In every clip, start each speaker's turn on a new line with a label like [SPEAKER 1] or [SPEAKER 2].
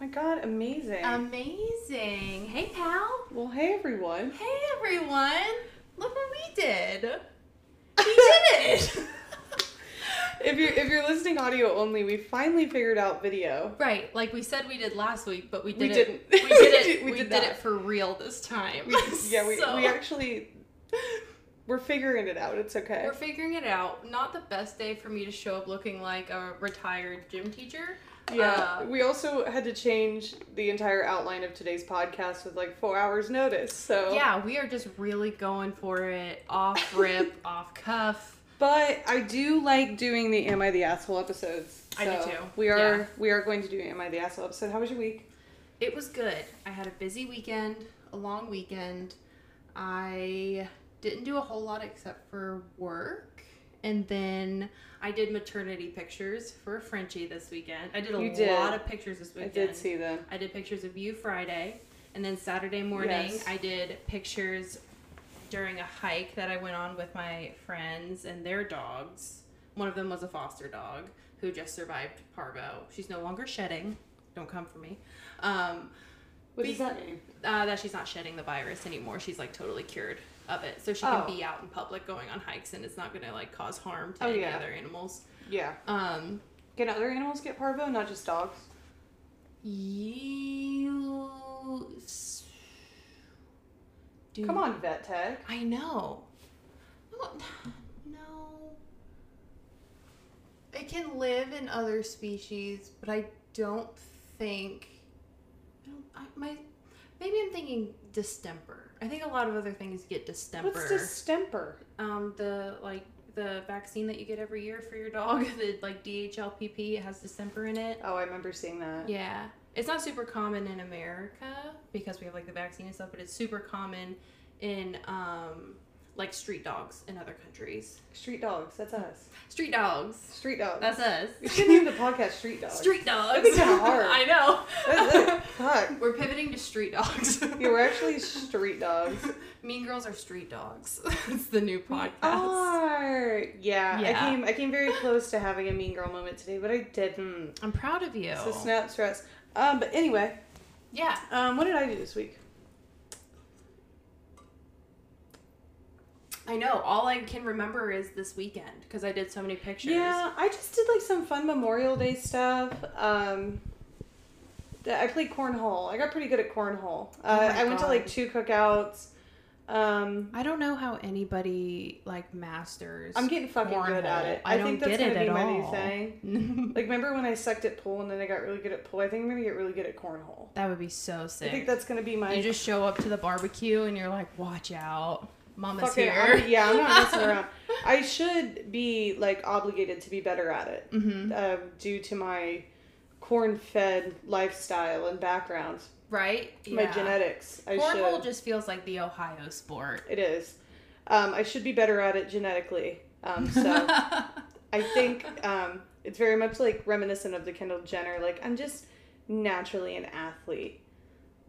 [SPEAKER 1] my god, amazing.
[SPEAKER 2] Um, Amazing. Hey, pal.
[SPEAKER 1] well, hey everyone.
[SPEAKER 2] Hey, everyone. Look what we did. We did it.
[SPEAKER 1] If you're if you're listening audio only, we finally figured out video.
[SPEAKER 2] right. Like we said we did last week, but we did
[SPEAKER 1] We
[SPEAKER 2] it.
[SPEAKER 1] didn't.
[SPEAKER 2] We did it.
[SPEAKER 1] We
[SPEAKER 2] we
[SPEAKER 1] did
[SPEAKER 2] did,
[SPEAKER 1] that.
[SPEAKER 2] it for real this time.
[SPEAKER 1] Yeah, we,
[SPEAKER 2] So,
[SPEAKER 1] we actually we're figuring it out. It's okay.
[SPEAKER 2] We're figuring it out. Not the best day for me to show up looking like a retired gym teacher.
[SPEAKER 1] yeah.
[SPEAKER 2] Uh,
[SPEAKER 1] we also had to change the entire outline of today's podcast with like four hours notice. So
[SPEAKER 2] Uh, yeah, we are just really going for it. Off rip, off cuff.
[SPEAKER 1] But I do like doing the Am I the Asshole episodes.
[SPEAKER 2] I do
[SPEAKER 1] So
[SPEAKER 2] too.
[SPEAKER 1] We are
[SPEAKER 2] Yeah.
[SPEAKER 1] we are going to do an Am I the Asshole episode. How was your week?
[SPEAKER 2] It was good. I had a busy weekend, a long weekend. I didn't do a whole lot except for work. And then I did maternity pictures for Frenchie this weekend. I did a
[SPEAKER 1] You did.
[SPEAKER 2] lot of pictures this
[SPEAKER 1] I
[SPEAKER 2] weekend.
[SPEAKER 1] did see them.
[SPEAKER 2] I did pictures of you Friday, and then Saturday morning
[SPEAKER 1] Yes.
[SPEAKER 2] I did pictures during a hike that I went on with my friends and their dogs. One of them was a foster dog who just survived parvo. She's no longer shedding. Don't come for me. Um,
[SPEAKER 1] What
[SPEAKER 2] Be-
[SPEAKER 1] does that mean?
[SPEAKER 2] uh, that she's not shedding the virus anymore. She's like totally cured of it, so she
[SPEAKER 1] Oh.
[SPEAKER 2] can be out in public going on hikes, and it's not gonna like cause harm to
[SPEAKER 1] Oh,
[SPEAKER 2] any
[SPEAKER 1] yeah.
[SPEAKER 2] other animals.
[SPEAKER 1] Yeah.
[SPEAKER 2] Um,
[SPEAKER 1] Can other animals get parvo, not just dogs?
[SPEAKER 2] you. s- Do
[SPEAKER 1] Come on, vet tech.
[SPEAKER 2] I know. No- No. It can live in other species, but I don't think. I don't, I, my, maybe I'm thinking distemper. I think a lot of other things get distemper.
[SPEAKER 1] What's distemper?
[SPEAKER 2] um, the like the vaccine that you get every year for your dog, the like DHLPP, it has distemper in it.
[SPEAKER 1] Oh, I remember seeing that.
[SPEAKER 2] Yeah. It's not super common in America because we have like the vaccine and stuff, but it's super common in um, like street dogs in other countries.
[SPEAKER 1] Street dogs. That's us.
[SPEAKER 2] Street dogs.
[SPEAKER 1] Street dogs.
[SPEAKER 2] That's us.
[SPEAKER 1] we should name the podcast Street Dogs.
[SPEAKER 2] street dogs.
[SPEAKER 1] That'd be kinda hard.
[SPEAKER 2] I
[SPEAKER 1] That's it.
[SPEAKER 2] know.
[SPEAKER 1] Fuck.
[SPEAKER 2] We're pivoting to street dogs.
[SPEAKER 1] Yeah, we're actually street dogs.
[SPEAKER 2] mean girls are street dogs. it's the new podcast.
[SPEAKER 1] Are. Yeah, I
[SPEAKER 2] Yeah.
[SPEAKER 1] came I came very close to having a mean girl moment today, but I didn't.
[SPEAKER 2] I'm proud of you.
[SPEAKER 1] So snap stress. Um, but anyway,
[SPEAKER 2] yeah.
[SPEAKER 1] um, what did I do this week?
[SPEAKER 2] I know. All I can remember is this weekend because I did so many pictures.
[SPEAKER 1] Yeah, I just did like some fun Memorial Day stuff. Um, th- I played cornhole. I got pretty good at cornhole. Uh,
[SPEAKER 2] Oh my
[SPEAKER 1] I went to
[SPEAKER 2] God.
[SPEAKER 1] like two cookouts. Um,
[SPEAKER 2] I don't know how anybody like masters.
[SPEAKER 1] I'm getting fucking good at it.
[SPEAKER 2] Cornhole. I
[SPEAKER 1] think
[SPEAKER 2] don't
[SPEAKER 1] that's
[SPEAKER 2] get
[SPEAKER 1] gonna
[SPEAKER 2] it
[SPEAKER 1] be
[SPEAKER 2] at
[SPEAKER 1] my new
[SPEAKER 2] all.
[SPEAKER 1] thing. Like, remember when I sucked at pool and then I got really good at pool? I think I'm gonna get really good at cornhole.
[SPEAKER 2] that would be so
[SPEAKER 1] I think
[SPEAKER 2] sick.
[SPEAKER 1] that's gonna be my
[SPEAKER 2] You just show up to the barbecue and you're like, "Watch out, Mama's
[SPEAKER 1] fucking.
[SPEAKER 2] here."
[SPEAKER 1] I'm- yeah, I'm not messing around. I should be like obligated to be better at it.
[SPEAKER 2] hmm
[SPEAKER 1] uh, due to my corn-fed lifestyle and background,
[SPEAKER 2] Right?
[SPEAKER 1] my genetics. I
[SPEAKER 2] Cornhole
[SPEAKER 1] should.
[SPEAKER 2] just feels like the Ohio sport.
[SPEAKER 1] It is. Um, I should be better at it genetically. Um, so I think um, it's very much like reminiscent of the Kendall Jenner. Like I'm just naturally an athlete.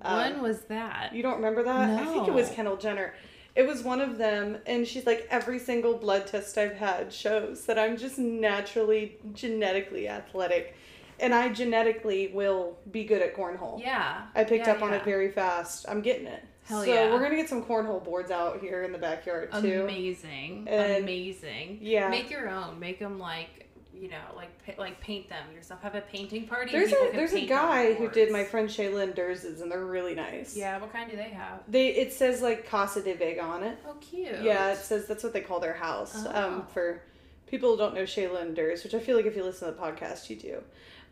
[SPEAKER 1] Um,
[SPEAKER 2] when was that?
[SPEAKER 1] You don't remember that? I think it was
[SPEAKER 2] No.
[SPEAKER 1] Kendall Jenner. It was one of them, and she's like, every single blood test I've had shows that I'm just naturally, genetically athletic, and I genetically will be good at cornhole.
[SPEAKER 2] Yeah.
[SPEAKER 1] I picked
[SPEAKER 2] Yeah,
[SPEAKER 1] up on it
[SPEAKER 2] yeah.
[SPEAKER 1] very fast. I'm getting it.
[SPEAKER 2] Hell
[SPEAKER 1] so
[SPEAKER 2] yeah.
[SPEAKER 1] we're gonna get some cornhole boards out here in the backyard too.
[SPEAKER 2] Amazing.
[SPEAKER 1] And-
[SPEAKER 2] Amazing.
[SPEAKER 1] Yeah.
[SPEAKER 2] Make your own. Make them like you know, like pa- like paint them yourself. Have a painting party.
[SPEAKER 1] There's
[SPEAKER 2] People
[SPEAKER 1] a
[SPEAKER 2] can
[SPEAKER 1] there's a
[SPEAKER 2] paint on
[SPEAKER 1] guy who did my
[SPEAKER 2] boards.
[SPEAKER 1] friend Shaylin Durs's, and they're really nice.
[SPEAKER 2] Yeah. What kind do they have?
[SPEAKER 1] They it says like Casa de Vega on it.
[SPEAKER 2] Oh, cute.
[SPEAKER 1] Yeah, it says that's what they call their house. Um,
[SPEAKER 2] Oh.
[SPEAKER 1] for people who don't know Shayla Durs, which I feel like if you listen to the podcast, you do.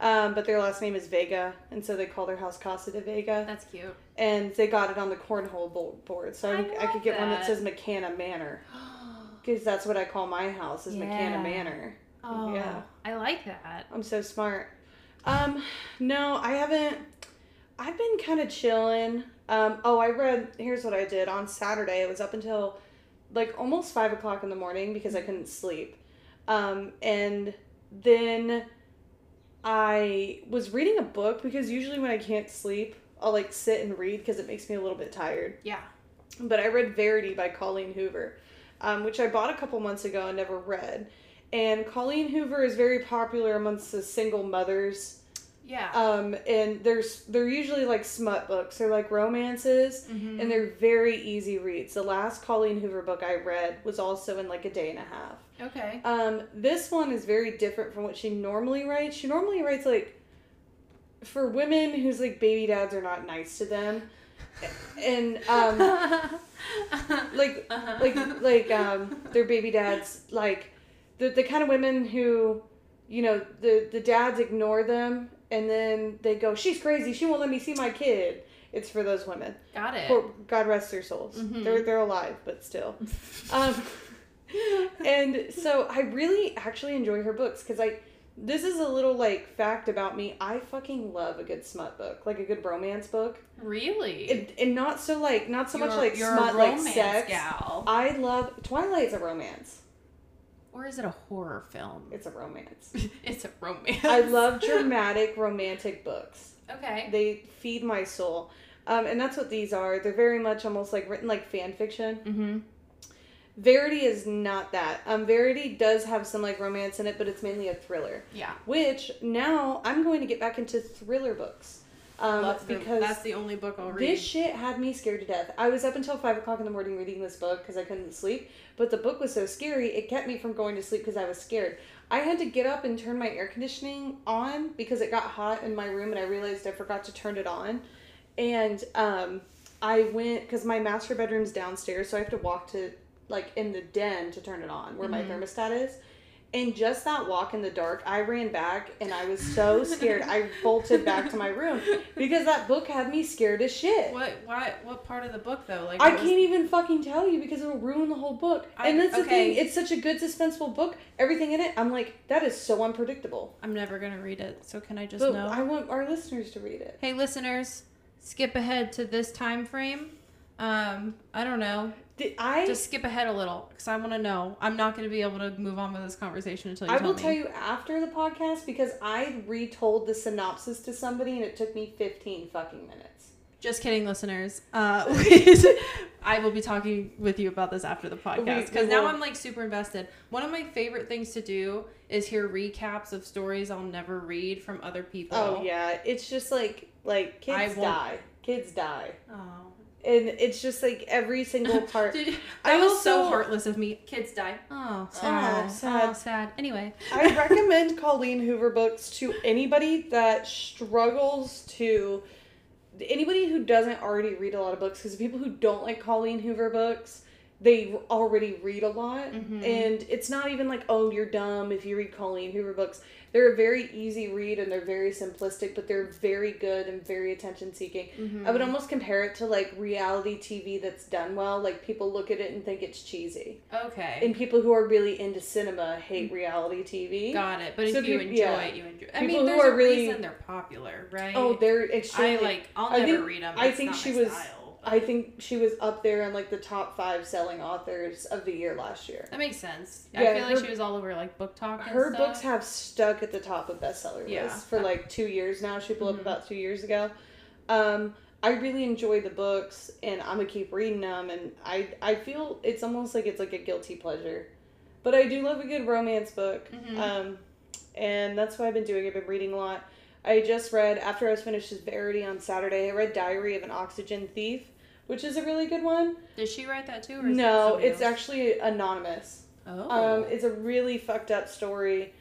[SPEAKER 1] Um, but their last name is Vega, and so they call their house Casa de Vega.
[SPEAKER 2] That's cute.
[SPEAKER 1] And they got it on the cornhole bo- board, so I,
[SPEAKER 2] I
[SPEAKER 1] I, could
[SPEAKER 2] love
[SPEAKER 1] get one that
[SPEAKER 2] that.
[SPEAKER 1] says McCanna Manor because that's what I call my house is McCanna
[SPEAKER 2] Yeah.
[SPEAKER 1] Manor.
[SPEAKER 2] oh,
[SPEAKER 1] Yeah.
[SPEAKER 2] I like that.
[SPEAKER 1] I'm so smart. Um, no, I haven't. I've been kind of chilling. Um, oh, I read. Here's what I did on Saturday. It was up until like almost five o'clock in the morning because I couldn't sleep. Um, and then I was reading a book because usually when I can't sleep, I'll like sit and read because it makes me a little bit tired.
[SPEAKER 2] Yeah.
[SPEAKER 1] But I read Verity by Colleen Hoover, um, which I bought a couple months ago and never read. And Colleen Hoover is very popular amongst the single mothers
[SPEAKER 2] Yeah.
[SPEAKER 1] Um, and there's they're usually like smut books. They're like romances,
[SPEAKER 2] Mhm.
[SPEAKER 1] and they're very easy reads. The last Colleen Hoover book I read was also in like a day and a half.
[SPEAKER 2] okay.
[SPEAKER 1] Um, this one is very different from what she normally writes. She normally writes like for women whose like baby dads are not nice to them, and um, like
[SPEAKER 2] Uh-huh.
[SPEAKER 1] like like um, their baby dads like the the kind of women who you know the the dads ignore them and then they go she's crazy she won't let me see my kid. It's for those women.
[SPEAKER 2] Got it.
[SPEAKER 1] For, God rest their souls.
[SPEAKER 2] Mhm.
[SPEAKER 1] They're they're alive, but still. Um, and so I really actually enjoy her books because I this is a little like fact about me. I fucking love a good smut book, like a good romance book,
[SPEAKER 2] really?
[SPEAKER 1] and, and not so like not so much
[SPEAKER 2] You're-
[SPEAKER 1] like
[SPEAKER 2] you're a
[SPEAKER 1] smut like
[SPEAKER 2] romance
[SPEAKER 1] sex.
[SPEAKER 2] gal.
[SPEAKER 1] I love Twilight's a romance.
[SPEAKER 2] Or is it a horror film?
[SPEAKER 1] It's a romance.
[SPEAKER 2] It's a romance.
[SPEAKER 1] I love dramatic romantic books.
[SPEAKER 2] Okay.
[SPEAKER 1] They feed my soul. Um, and that's what these are. They're very much almost like written like fan fiction.
[SPEAKER 2] Mm-hmm.
[SPEAKER 1] Verity is not that. Um, Verity does have some like romance in it, but it's mainly a thriller.
[SPEAKER 2] Yeah.
[SPEAKER 1] Which now I'm going to get back into thriller books, um,
[SPEAKER 2] Love the-
[SPEAKER 1] because
[SPEAKER 2] that's the only book I'll read.
[SPEAKER 1] this shit had me scared to death. I was up until five o'clock in the morning reading this book because I couldn't sleep. But the book was so scary it kept me from going to sleep because I was scared. I had to get up and turn my air conditioning on because it got hot in my room and I realized I forgot to turn it on. And um, I went because my master bedroom's downstairs, so I have to walk to like in the den to turn it on where
[SPEAKER 2] Mhm.
[SPEAKER 1] my thermostat is. And just that walk in the dark, I ran back and I was so scared. I bolted back to my room because that book had me scared as shit.
[SPEAKER 2] What? What? What part of the book though? Like
[SPEAKER 1] I
[SPEAKER 2] what was-
[SPEAKER 1] can't even fucking tell you because it'll ruin the whole book.
[SPEAKER 2] I-
[SPEAKER 1] and that's the
[SPEAKER 2] okay.
[SPEAKER 1] thing; it's such a good suspenseful book. Everything in it, I'm like, that is so unpredictable.
[SPEAKER 2] I'm never gonna read it. So can I just
[SPEAKER 1] But
[SPEAKER 2] know?
[SPEAKER 1] I want our listeners to read it.
[SPEAKER 2] hey, listeners, skip ahead to this time frame. Um, I don't know.
[SPEAKER 1] Did I?
[SPEAKER 2] Just skip ahead a little because I want to know. I'm not gonna be able to move on with this conversation until you
[SPEAKER 1] I
[SPEAKER 2] tell
[SPEAKER 1] will
[SPEAKER 2] me.
[SPEAKER 1] tell you after the podcast because I retold the synopsis to somebody and it took me 15 fucking minutes.
[SPEAKER 2] Just kidding, listeners. Uh, we- I will be talking with you about this after the podcast
[SPEAKER 1] We- we
[SPEAKER 2] because now
[SPEAKER 1] will.
[SPEAKER 2] I'm like super invested. One of my favorite things to do is hear recaps of stories I'll never read from other people.
[SPEAKER 1] Oh yeah, it's just like like
[SPEAKER 2] I
[SPEAKER 1] kids
[SPEAKER 2] won't-
[SPEAKER 1] die, kids die,
[SPEAKER 2] Oh.
[SPEAKER 1] and it's just like every single part.
[SPEAKER 2] Dude,
[SPEAKER 1] I
[SPEAKER 2] that was so
[SPEAKER 1] also-
[SPEAKER 2] heartless of me. Kids die. Oh,
[SPEAKER 1] sad.
[SPEAKER 2] sad. Oh,
[SPEAKER 1] sad.
[SPEAKER 2] sad. Anyway.
[SPEAKER 1] I recommend Colleen Hoover books to anybody that struggles to anybody who doesn't already read a lot of books because people who don't like Colleen Hoover books they already read a lot
[SPEAKER 2] Mhm.
[SPEAKER 1] and it's not even like oh you're dumb if you read Colleen Hoover books they're a very easy read and they're very simplistic but they're very good and very attention seeking I would almost compare it to like reality TV that's done well like people look at it and think it's cheesy
[SPEAKER 2] Okay.
[SPEAKER 1] and people who are really into cinema hate reality TV
[SPEAKER 2] Got it. But if
[SPEAKER 1] So
[SPEAKER 2] you
[SPEAKER 1] peop-
[SPEAKER 2] enjoy
[SPEAKER 1] yeah.
[SPEAKER 2] it, you enjoy I
[SPEAKER 1] People
[SPEAKER 2] mean,
[SPEAKER 1] who
[SPEAKER 2] there's
[SPEAKER 1] are
[SPEAKER 2] a
[SPEAKER 1] really-
[SPEAKER 2] reason they're popular, right?
[SPEAKER 1] Oh, they're
[SPEAKER 2] I
[SPEAKER 1] extremely.
[SPEAKER 2] like, I'll
[SPEAKER 1] I
[SPEAKER 2] never
[SPEAKER 1] think-
[SPEAKER 2] read them.
[SPEAKER 1] I think she was-
[SPEAKER 2] Style,
[SPEAKER 1] I think she was up there in like the top five selling authors of the year last year.
[SPEAKER 2] That makes sense. I
[SPEAKER 1] Yeah,
[SPEAKER 2] feel like
[SPEAKER 1] her-
[SPEAKER 2] she was all over like book talk. And
[SPEAKER 1] Her
[SPEAKER 2] stuff.
[SPEAKER 1] books have stuck at the top of bestseller
[SPEAKER 2] Yeah.
[SPEAKER 1] lists for like two years now. She blew
[SPEAKER 2] Mhm.
[SPEAKER 1] up about two years ago. Um, I really enjoy the books, and I'm gonna keep reading them. And I I feel it's almost like it's like a guilty pleasure, but I do love a good romance book.
[SPEAKER 2] Mhm.
[SPEAKER 1] Um, and that's what I've been doing. I've been reading a lot. I just read after I was finished with Verity on Saturday. I read Diary of an Oxygen Thief, which is a really good one.
[SPEAKER 2] Did she write that too? Or is it
[SPEAKER 1] No,
[SPEAKER 2] somebody
[SPEAKER 1] it's
[SPEAKER 2] else?
[SPEAKER 1] actually anonymous.
[SPEAKER 2] Oh.
[SPEAKER 1] Um, it's a really fucked up story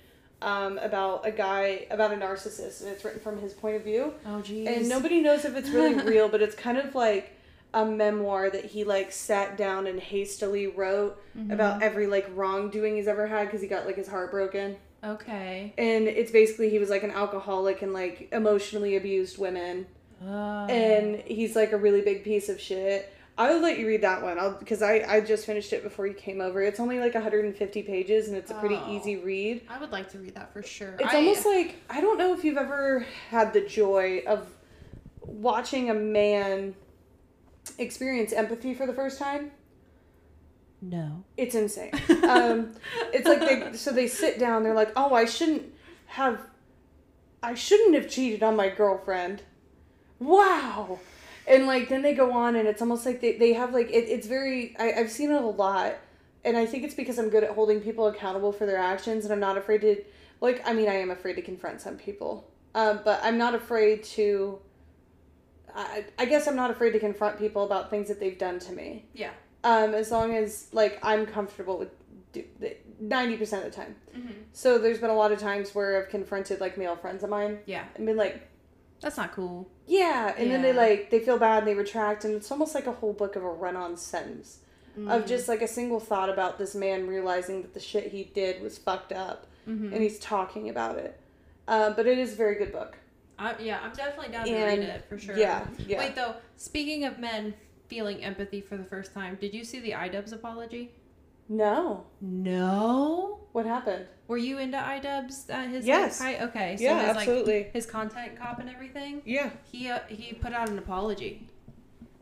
[SPEAKER 1] um, about a guy about a narcissist, and it's written from his point of view.
[SPEAKER 2] oh, geez.
[SPEAKER 1] And nobody knows if it's really real, but it's kind of like a memoir that he like sat down and hastily wrote about every like wrongdoing he's ever had because he got like his heart broken
[SPEAKER 2] Okay.
[SPEAKER 1] and it's basically he was like an alcoholic and like emotionally abused women
[SPEAKER 2] Oh.
[SPEAKER 1] and he's like a really big piece of shit i will let you read that one i'll because i i just finished it before you came over it's only like 150 pages and it's a pretty
[SPEAKER 2] Oh.
[SPEAKER 1] easy read
[SPEAKER 2] I would like to read that for sure.
[SPEAKER 1] it's
[SPEAKER 2] I-
[SPEAKER 1] almost like i don't know if you've ever had the joy of watching a man experience empathy for the first time
[SPEAKER 2] no.
[SPEAKER 1] it's insane um, it's like they so they sit down they're like oh i shouldn't have i shouldn't have cheated on my girlfriend wow and like then they go on and it's almost like they, they have like it, it's very I, i've seen it a lot and i think it's because i'm good at holding people accountable for their actions and i'm not afraid to like i mean i am afraid to confront some people Um, but I'm not afraid to. I, I guess I'm not afraid to confront people about things that they've done to me.
[SPEAKER 2] Yeah.
[SPEAKER 1] Um, as long as like I'm comfortable with do, ninety percent of the time.
[SPEAKER 2] Mm-hmm.
[SPEAKER 1] So there's been a lot of times where I've confronted like male friends of mine
[SPEAKER 2] Yeah.
[SPEAKER 1] and been like,
[SPEAKER 2] That's not cool.
[SPEAKER 1] yeah, and then they
[SPEAKER 2] Yeah.
[SPEAKER 1] like they feel bad and they retract, and it's almost like a whole book of a run-on sentence
[SPEAKER 2] Mm-hmm. Mm.
[SPEAKER 1] of just like a single thought about this man realizing that the shit he did was fucked up
[SPEAKER 2] Mm-hmm.
[SPEAKER 1] and he's talking about it. Uh, but it is a very good book.
[SPEAKER 2] I, yeah, I'm definitely down
[SPEAKER 1] And-
[SPEAKER 2] to read it for sure.
[SPEAKER 1] Yeah, yeah.
[SPEAKER 2] Wait though, speaking of men feeling empathy for the first time, did you see the iDubbbz apology?
[SPEAKER 1] No,
[SPEAKER 2] No.
[SPEAKER 1] what happened?
[SPEAKER 2] Were you into iDubbbz at his
[SPEAKER 1] Yes.
[SPEAKER 2] high? Okay. So
[SPEAKER 1] yeah,
[SPEAKER 2] his, like
[SPEAKER 1] absolutely.
[SPEAKER 2] his content cop and everything.
[SPEAKER 1] yeah.
[SPEAKER 2] He uh, he put out an apology.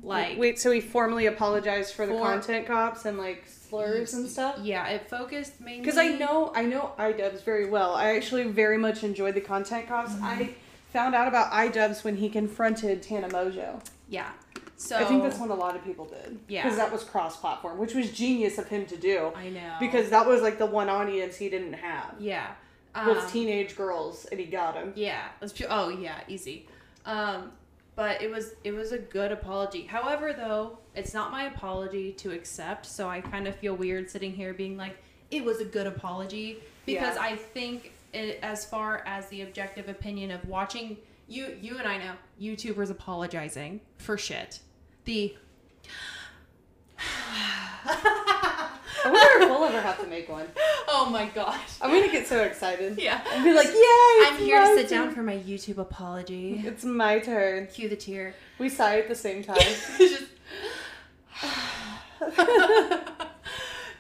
[SPEAKER 2] Like
[SPEAKER 1] wait, so he formally apologized for the
[SPEAKER 2] For-
[SPEAKER 1] content cops and like slurs and stuff.
[SPEAKER 2] Yeah, it focused mainly
[SPEAKER 1] Because I know I know iDubbbz very well. I actually very much enjoyed the content cops.
[SPEAKER 2] Mm-hmm.
[SPEAKER 1] I found out about iDubbbz when he confronted Tana Mojo.
[SPEAKER 2] Yeah. So
[SPEAKER 1] I think that's when a lot of people did.
[SPEAKER 2] Yeah.
[SPEAKER 1] Because that was cross-platform, which was genius of him to do.
[SPEAKER 2] I know.
[SPEAKER 1] Because that was like the one audience he didn't have
[SPEAKER 2] yeah.
[SPEAKER 1] was
[SPEAKER 2] um,
[SPEAKER 1] teenage girls, and he got them.
[SPEAKER 2] Yeah, that's pu- oh yeah, easy. Um, but it was it was a good apology. However, though, it's not my apology to accept, so I kind of feel weird sitting here being like, it was a good apology because
[SPEAKER 1] Yeah.
[SPEAKER 2] I think it, as far as the objective opinion of watching you you and I know YouTubers apologizing for shit. The
[SPEAKER 1] I wonder if we'll ever have to make one.
[SPEAKER 2] oh my gosh.
[SPEAKER 1] I'm gonna get so excited.
[SPEAKER 2] Yeah.
[SPEAKER 1] And be like, yay! it's
[SPEAKER 2] I'm here to
[SPEAKER 1] my
[SPEAKER 2] sit down
[SPEAKER 1] turn."
[SPEAKER 2] for my YouTube apology.
[SPEAKER 1] It's my turn.
[SPEAKER 2] Cue the tear.
[SPEAKER 1] We sigh at the same time.
[SPEAKER 2] It's just-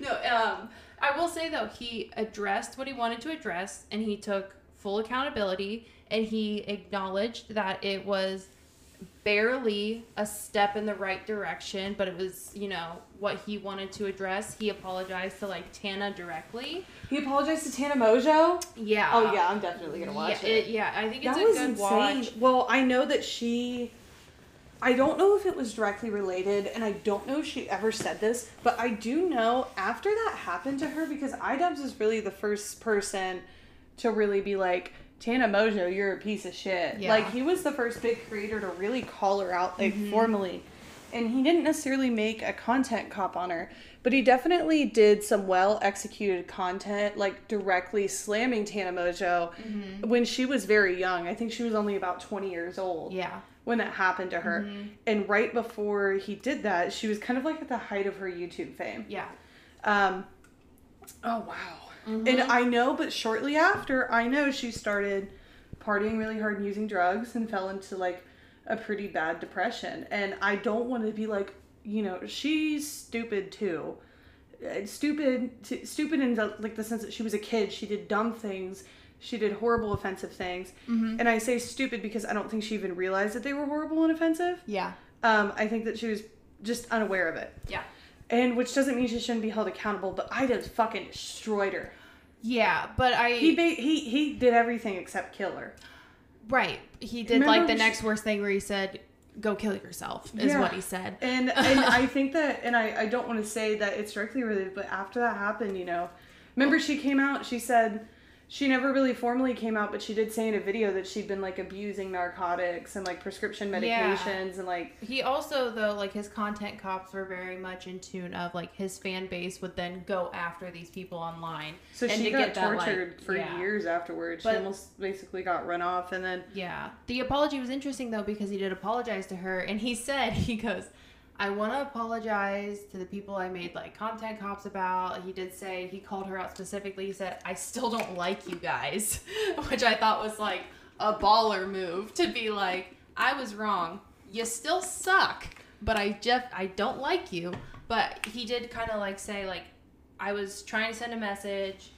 [SPEAKER 2] no, um, I will say though, he addressed what he wanted to address and he took full accountability and he acknowledged that it was barely a step in the right direction, but it was, you know, what he wanted to address. He apologized to like Tana directly.
[SPEAKER 1] he apologized to Tana Mojo.
[SPEAKER 2] Yeah.
[SPEAKER 1] Oh yeah, I'm definitely gonna watch
[SPEAKER 2] yeah,
[SPEAKER 1] it.
[SPEAKER 2] Yeah, I think it's
[SPEAKER 1] That
[SPEAKER 2] a
[SPEAKER 1] was
[SPEAKER 2] good
[SPEAKER 1] insane.
[SPEAKER 2] watch.
[SPEAKER 1] Well, I know that she. I don't know if it was directly related, and I don't know if she ever said this, but I do know after that happened to her because IDubs is really the first person to really be like, Tana Mojo, you're a piece of shit.
[SPEAKER 2] Yeah.
[SPEAKER 1] Like, he was the first big creator to really call her out, like, formally. And he didn't necessarily make a content cop on her, but he definitely did some well executed content, like directly slamming Tana Mojo when she was very young. I think she was only about 20 years old
[SPEAKER 2] Yeah.
[SPEAKER 1] when that happened to her. And right before he did that, she was kind of like at the height of her YouTube fame.
[SPEAKER 2] Yeah.
[SPEAKER 1] Um, oh wow! And I know, but shortly after, I know she started partying really hard and using drugs and fell into like a pretty bad depression. And I don't want to be like, you know, she's stupid too. Uh, Stupid, t- stupid in the, like the sense that she was a kid. She did dumb things. She did horrible, offensive things. And I say stupid because I don't think she even realized that they were horrible and offensive.
[SPEAKER 2] Yeah.
[SPEAKER 1] Um, I think that she was just unaware of it.
[SPEAKER 2] Yeah.
[SPEAKER 1] And which doesn't mean she shouldn't be held accountable, but Ida's fucking destroyed her.
[SPEAKER 2] Yeah, but I
[SPEAKER 1] He ba- he he did everything except kill her.
[SPEAKER 2] Right. He did
[SPEAKER 1] Remember
[SPEAKER 2] like the
[SPEAKER 1] when she-
[SPEAKER 2] next worst thing where he said, go kill yourself, is
[SPEAKER 1] Yeah.
[SPEAKER 2] what he said.
[SPEAKER 1] And and I think that and I, I don't want to say that it's directly related, but after that happened, you know, remember she came out, she said she never really formally came out, but she did say in a video that she'd been like abusing narcotics and like prescription medications
[SPEAKER 2] Yeah.
[SPEAKER 1] and like
[SPEAKER 2] He also, though, like his content cops were very much in tune of like his fan base would then go after these people online.
[SPEAKER 1] so
[SPEAKER 2] And
[SPEAKER 1] she
[SPEAKER 2] to
[SPEAKER 1] got
[SPEAKER 2] get that, like,
[SPEAKER 1] tortured for
[SPEAKER 2] yeah.
[SPEAKER 1] years afterwards.
[SPEAKER 2] But-
[SPEAKER 1] she almost basically got run off and then
[SPEAKER 2] Yeah. The apology was interesting, though, because he did apologize to her and he said, he goes, I want to apologize to the people I made like content cops about. He did say, he called her out specifically. He said, I still don't like you guys, which I thought was like a baller move to be like, I was wrong. You still suck, but I just, I don't like you. But he did kind of like say, like, I was trying to send a message.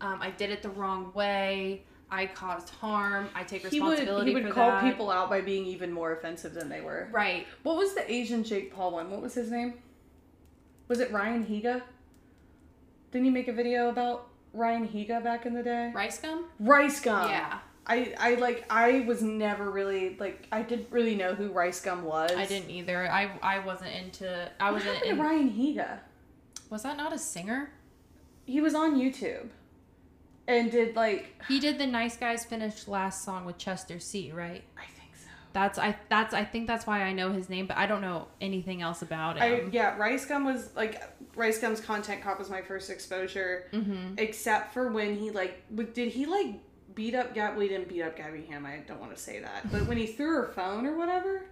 [SPEAKER 2] Um, I did it the wrong way. I caused harm. I take
[SPEAKER 1] he would
[SPEAKER 2] responsibility
[SPEAKER 1] he would
[SPEAKER 2] for
[SPEAKER 1] call
[SPEAKER 2] that.
[SPEAKER 1] people out by being even more offensive than they were.
[SPEAKER 2] Right.
[SPEAKER 1] What was the Asian Jake Paul one? What was his name? Was it Ryan Higa? Didn't he make a video about Ryan Higa back in the day?
[SPEAKER 2] Rice gum?
[SPEAKER 1] Rice Gum.
[SPEAKER 2] yeah.
[SPEAKER 1] I, I like I was never really like I didn't really know who Rice Gum was.
[SPEAKER 2] I didn't either. I I wasn't into I
[SPEAKER 1] What
[SPEAKER 2] wasn't
[SPEAKER 1] happened to
[SPEAKER 2] in,
[SPEAKER 1] Ryan Higa?
[SPEAKER 2] Was that not a singer?
[SPEAKER 1] He was on YouTube. and did like
[SPEAKER 2] He did the Nice Guys finished last song with Chester C, right?
[SPEAKER 1] I think so.
[SPEAKER 2] That's I that's I think that's why I know his name, but I don't know anything else about
[SPEAKER 1] I
[SPEAKER 2] him.
[SPEAKER 1] yeah, Rice Gum was like Rice Gum's content cop was my first exposure,
[SPEAKER 2] mm-hmm.
[SPEAKER 1] except for when he like w- did he like beat up Gab? We didn't beat up Gabby Ham. I don't want to say that, but when he threw her phone or whatever,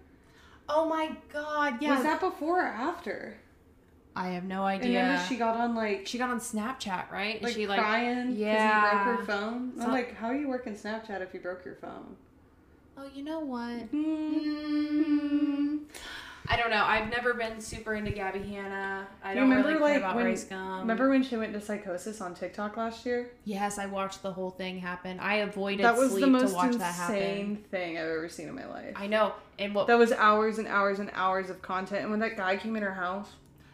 [SPEAKER 3] Oh my god, yeah.
[SPEAKER 1] was that before or after?
[SPEAKER 2] I have no
[SPEAKER 1] And then
[SPEAKER 2] idea.
[SPEAKER 1] she got on like
[SPEAKER 2] she got on Snapchat, right? And
[SPEAKER 1] like
[SPEAKER 2] she like
[SPEAKER 1] crying because
[SPEAKER 2] yeah.
[SPEAKER 1] he broke her phone.
[SPEAKER 2] So-
[SPEAKER 1] I'm like, how are you working Snapchat if you broke your phone?
[SPEAKER 2] Oh, you know what?
[SPEAKER 1] Mm.
[SPEAKER 2] Mm-hmm.
[SPEAKER 3] I don't know. I've never been super into Gabby Hanna. I
[SPEAKER 1] You
[SPEAKER 3] don't
[SPEAKER 1] remember,
[SPEAKER 3] really care
[SPEAKER 1] like,
[SPEAKER 3] about
[SPEAKER 1] when-
[SPEAKER 3] Rice Gum.
[SPEAKER 1] Remember when she went to psychosis on TikTok last year?
[SPEAKER 2] Yes, I watched the whole thing happen. I avoided
[SPEAKER 1] that was
[SPEAKER 2] sleep
[SPEAKER 1] the most
[SPEAKER 2] to watch
[SPEAKER 1] insane
[SPEAKER 2] that happen.
[SPEAKER 1] thing I've ever seen in my life.
[SPEAKER 2] I know. And what
[SPEAKER 1] That was hours and hours and hours of content. And when that guy came in her house,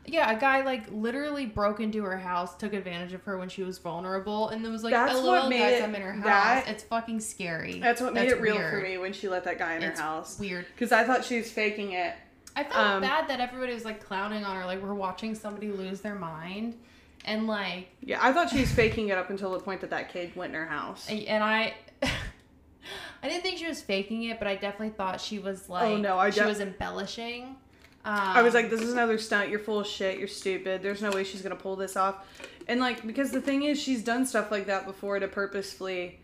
[SPEAKER 2] Yeah, a guy like literally broke into her house, took advantage of her when she was vulnerable, and then was like,
[SPEAKER 1] That's
[SPEAKER 2] "LOL,
[SPEAKER 1] what made
[SPEAKER 2] guys,
[SPEAKER 1] it-
[SPEAKER 2] I'm in her house."
[SPEAKER 1] that-
[SPEAKER 2] it's fucking scary.
[SPEAKER 1] that's what made
[SPEAKER 2] That's
[SPEAKER 1] it real for
[SPEAKER 2] weird.
[SPEAKER 1] me when she let that guy in
[SPEAKER 2] It's
[SPEAKER 1] her house.
[SPEAKER 2] Weird.
[SPEAKER 1] Because I thought she was faking it.
[SPEAKER 2] I felt
[SPEAKER 1] Um,
[SPEAKER 2] bad that everybody was like clowning on her, like we're watching somebody lose their mind, and like,
[SPEAKER 1] Yeah, I thought she was faking it up until the point that that kid went in her house.
[SPEAKER 2] and I, I didn't think she was faking it, but I definitely thought she was like,
[SPEAKER 1] Oh, no, I
[SPEAKER 2] she
[SPEAKER 1] def-
[SPEAKER 2] was embellishing. Um,
[SPEAKER 1] I was like, this is another stunt. You're full of shit. You're stupid. There's no way she's gonna pull this off. And like, because the thing is, she's done stuff like that before to purposefully,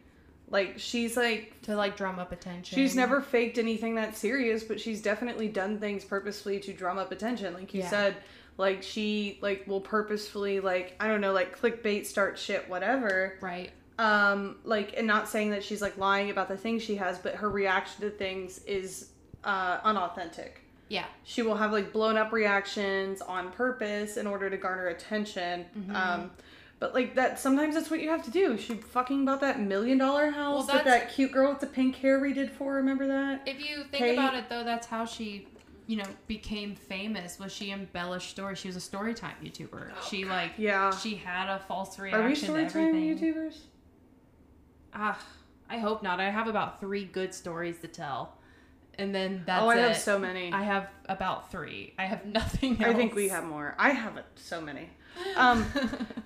[SPEAKER 1] like, she's like,
[SPEAKER 2] to like drum up attention.
[SPEAKER 1] she's never faked anything that serious, but she's definitely done things purposefully to drum up attention. Like you
[SPEAKER 2] Yeah.
[SPEAKER 1] said, like she like will purposefully like I don't know like clickbait start shit whatever.
[SPEAKER 2] right.
[SPEAKER 1] Um, like and not saying that she's like lying about the things she has, but her reaction to things is uh unauthentic
[SPEAKER 2] Yeah,
[SPEAKER 1] she will have like blown up reactions on purpose in order to garner attention.
[SPEAKER 2] Mm-hmm.
[SPEAKER 1] Um, but like that, sometimes that's what you have to do. She fucking bought that million dollar house that
[SPEAKER 2] that's-
[SPEAKER 1] that cute girl with the pink hair we did for. Remember that?
[SPEAKER 2] If you think
[SPEAKER 1] Kate-
[SPEAKER 2] about it, though, that's how she, you know, became famous. Was she embellished stories? She was a story time YouTuber. she like,
[SPEAKER 1] Oh, Yeah.
[SPEAKER 2] she had a false reaction
[SPEAKER 1] Are we
[SPEAKER 2] to
[SPEAKER 1] storytime
[SPEAKER 2] everything.
[SPEAKER 1] YouTubers?
[SPEAKER 2] Ah, I hope not. I have about three good stories to tell, and then that's
[SPEAKER 1] oh, I
[SPEAKER 2] it.
[SPEAKER 1] have so many.
[SPEAKER 2] I have about three. I have nothing.
[SPEAKER 1] I
[SPEAKER 2] Else.
[SPEAKER 1] think we have more. I have uh, so many. Um,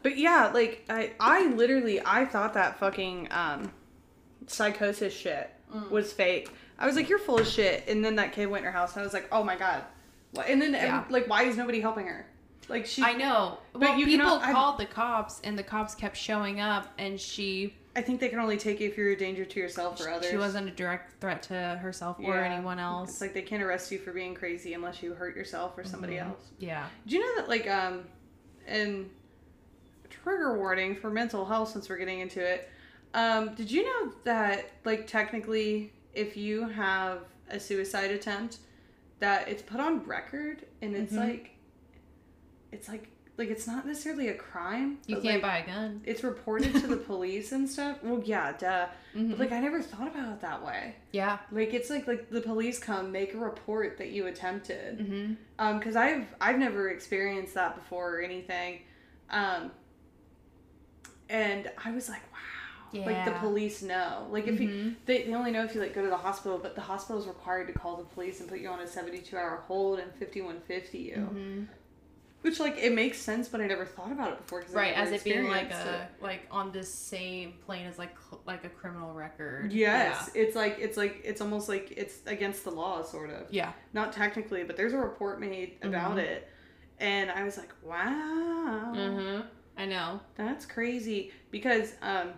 [SPEAKER 1] but yeah, like I, I literally, I thought that fucking um, psychosis shit
[SPEAKER 2] Mm.
[SPEAKER 1] was fake. I was like, you're full of shit. And then that kid went in her house, and I was like, oh my god. What? And then every-
[SPEAKER 2] Yeah.
[SPEAKER 1] like, why is nobody helping her? Like she,
[SPEAKER 2] I
[SPEAKER 1] I,
[SPEAKER 2] know. well,
[SPEAKER 1] you
[SPEAKER 2] people
[SPEAKER 1] cannot- I-
[SPEAKER 2] called the cops, and the cops kept showing up, and she
[SPEAKER 1] think they can only take you if you're a danger to yourself or others.
[SPEAKER 2] she wasn't a direct threat to herself or
[SPEAKER 1] Yeah.
[SPEAKER 2] anyone
[SPEAKER 1] It's
[SPEAKER 2] else.
[SPEAKER 1] like they can't arrest you for being crazy unless you hurt yourself or somebody
[SPEAKER 2] Mm-hmm.
[SPEAKER 1] else.
[SPEAKER 2] yeah.
[SPEAKER 1] Do you know that like um and trigger warning for mental health since we're getting into it. Um did you know that like technically if you have a suicide attempt that it's put on record and it's
[SPEAKER 2] Mhm.
[SPEAKER 1] like it's like like it's not necessarily a crime.
[SPEAKER 2] You
[SPEAKER 1] but,
[SPEAKER 2] can't
[SPEAKER 1] like,
[SPEAKER 2] buy a gun.
[SPEAKER 1] it's reported to the police and stuff. Well, yeah, duh.
[SPEAKER 2] Mhm.
[SPEAKER 1] But like I never thought about it that way.
[SPEAKER 2] Yeah.
[SPEAKER 1] Like it's like like the police come make a report that you attempted
[SPEAKER 2] Mm-hmm.
[SPEAKER 1] um because i've i've never experienced that before or anything um and i was like wow like the
[SPEAKER 2] Yeah. Mm-hmm.
[SPEAKER 1] police know like if you they, they only know if you like go to the hospital but the hospital is required to call the police and put you on a 72 hour hold and 5150 you
[SPEAKER 2] Mm-hmm.
[SPEAKER 1] which like it makes sense but i never thought about it before 'cause I
[SPEAKER 2] Right,
[SPEAKER 1] never
[SPEAKER 2] as it being like
[SPEAKER 1] experienced
[SPEAKER 2] a like on the same plane as like cl- like a criminal record.
[SPEAKER 1] it. yes it's like it's like it's almost like it's against the law sort of
[SPEAKER 2] Yeah.
[SPEAKER 1] not technically but there's a report made about it and i was like wow
[SPEAKER 2] yeah. Mm-hmm. I know.
[SPEAKER 1] That's crazy because um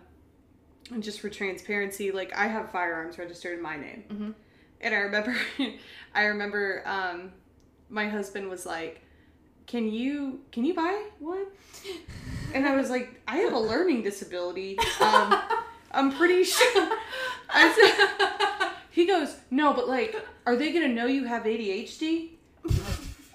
[SPEAKER 1] and just for transparency, like I have firearms registered in my name.
[SPEAKER 2] Mhm.
[SPEAKER 1] And I remember I remember um my husband was like, "Can you can you buy one?" And I was like, "I have a learning disability. Um I'm pretty sure." I said he goes, "No, but like are they going to know you have ADHD?"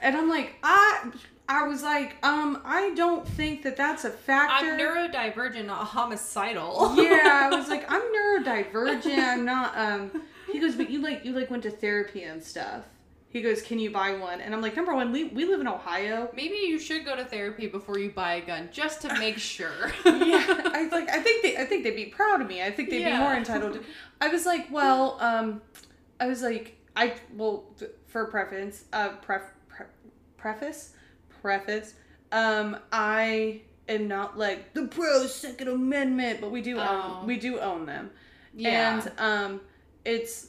[SPEAKER 1] And I'm like, "I I was like, um, I don't think that that's a factor."
[SPEAKER 2] I'm neurodivergent, not homicidal.
[SPEAKER 1] yeah, I was like, I'm neurodivergent. I'm not. Um, he goes, but you like you like went to therapy and stuff. He goes, can you buy one? And I'm like, number one, we, we live in Ohio.
[SPEAKER 2] Maybe you should go to therapy before you buy a gun, just to make sure.
[SPEAKER 1] Yeah, I was like I think they I think they'd be proud of me. I think they'd
[SPEAKER 2] Yeah.
[SPEAKER 1] be more entitled. to I was like, well, um, I was like, I well th- for preference, uh, pref, pre- preface, preface. Um, I and not like the pro Second Amendment, but we do
[SPEAKER 4] Oh.
[SPEAKER 1] own we do own them.
[SPEAKER 4] Yeah.
[SPEAKER 1] And um, it's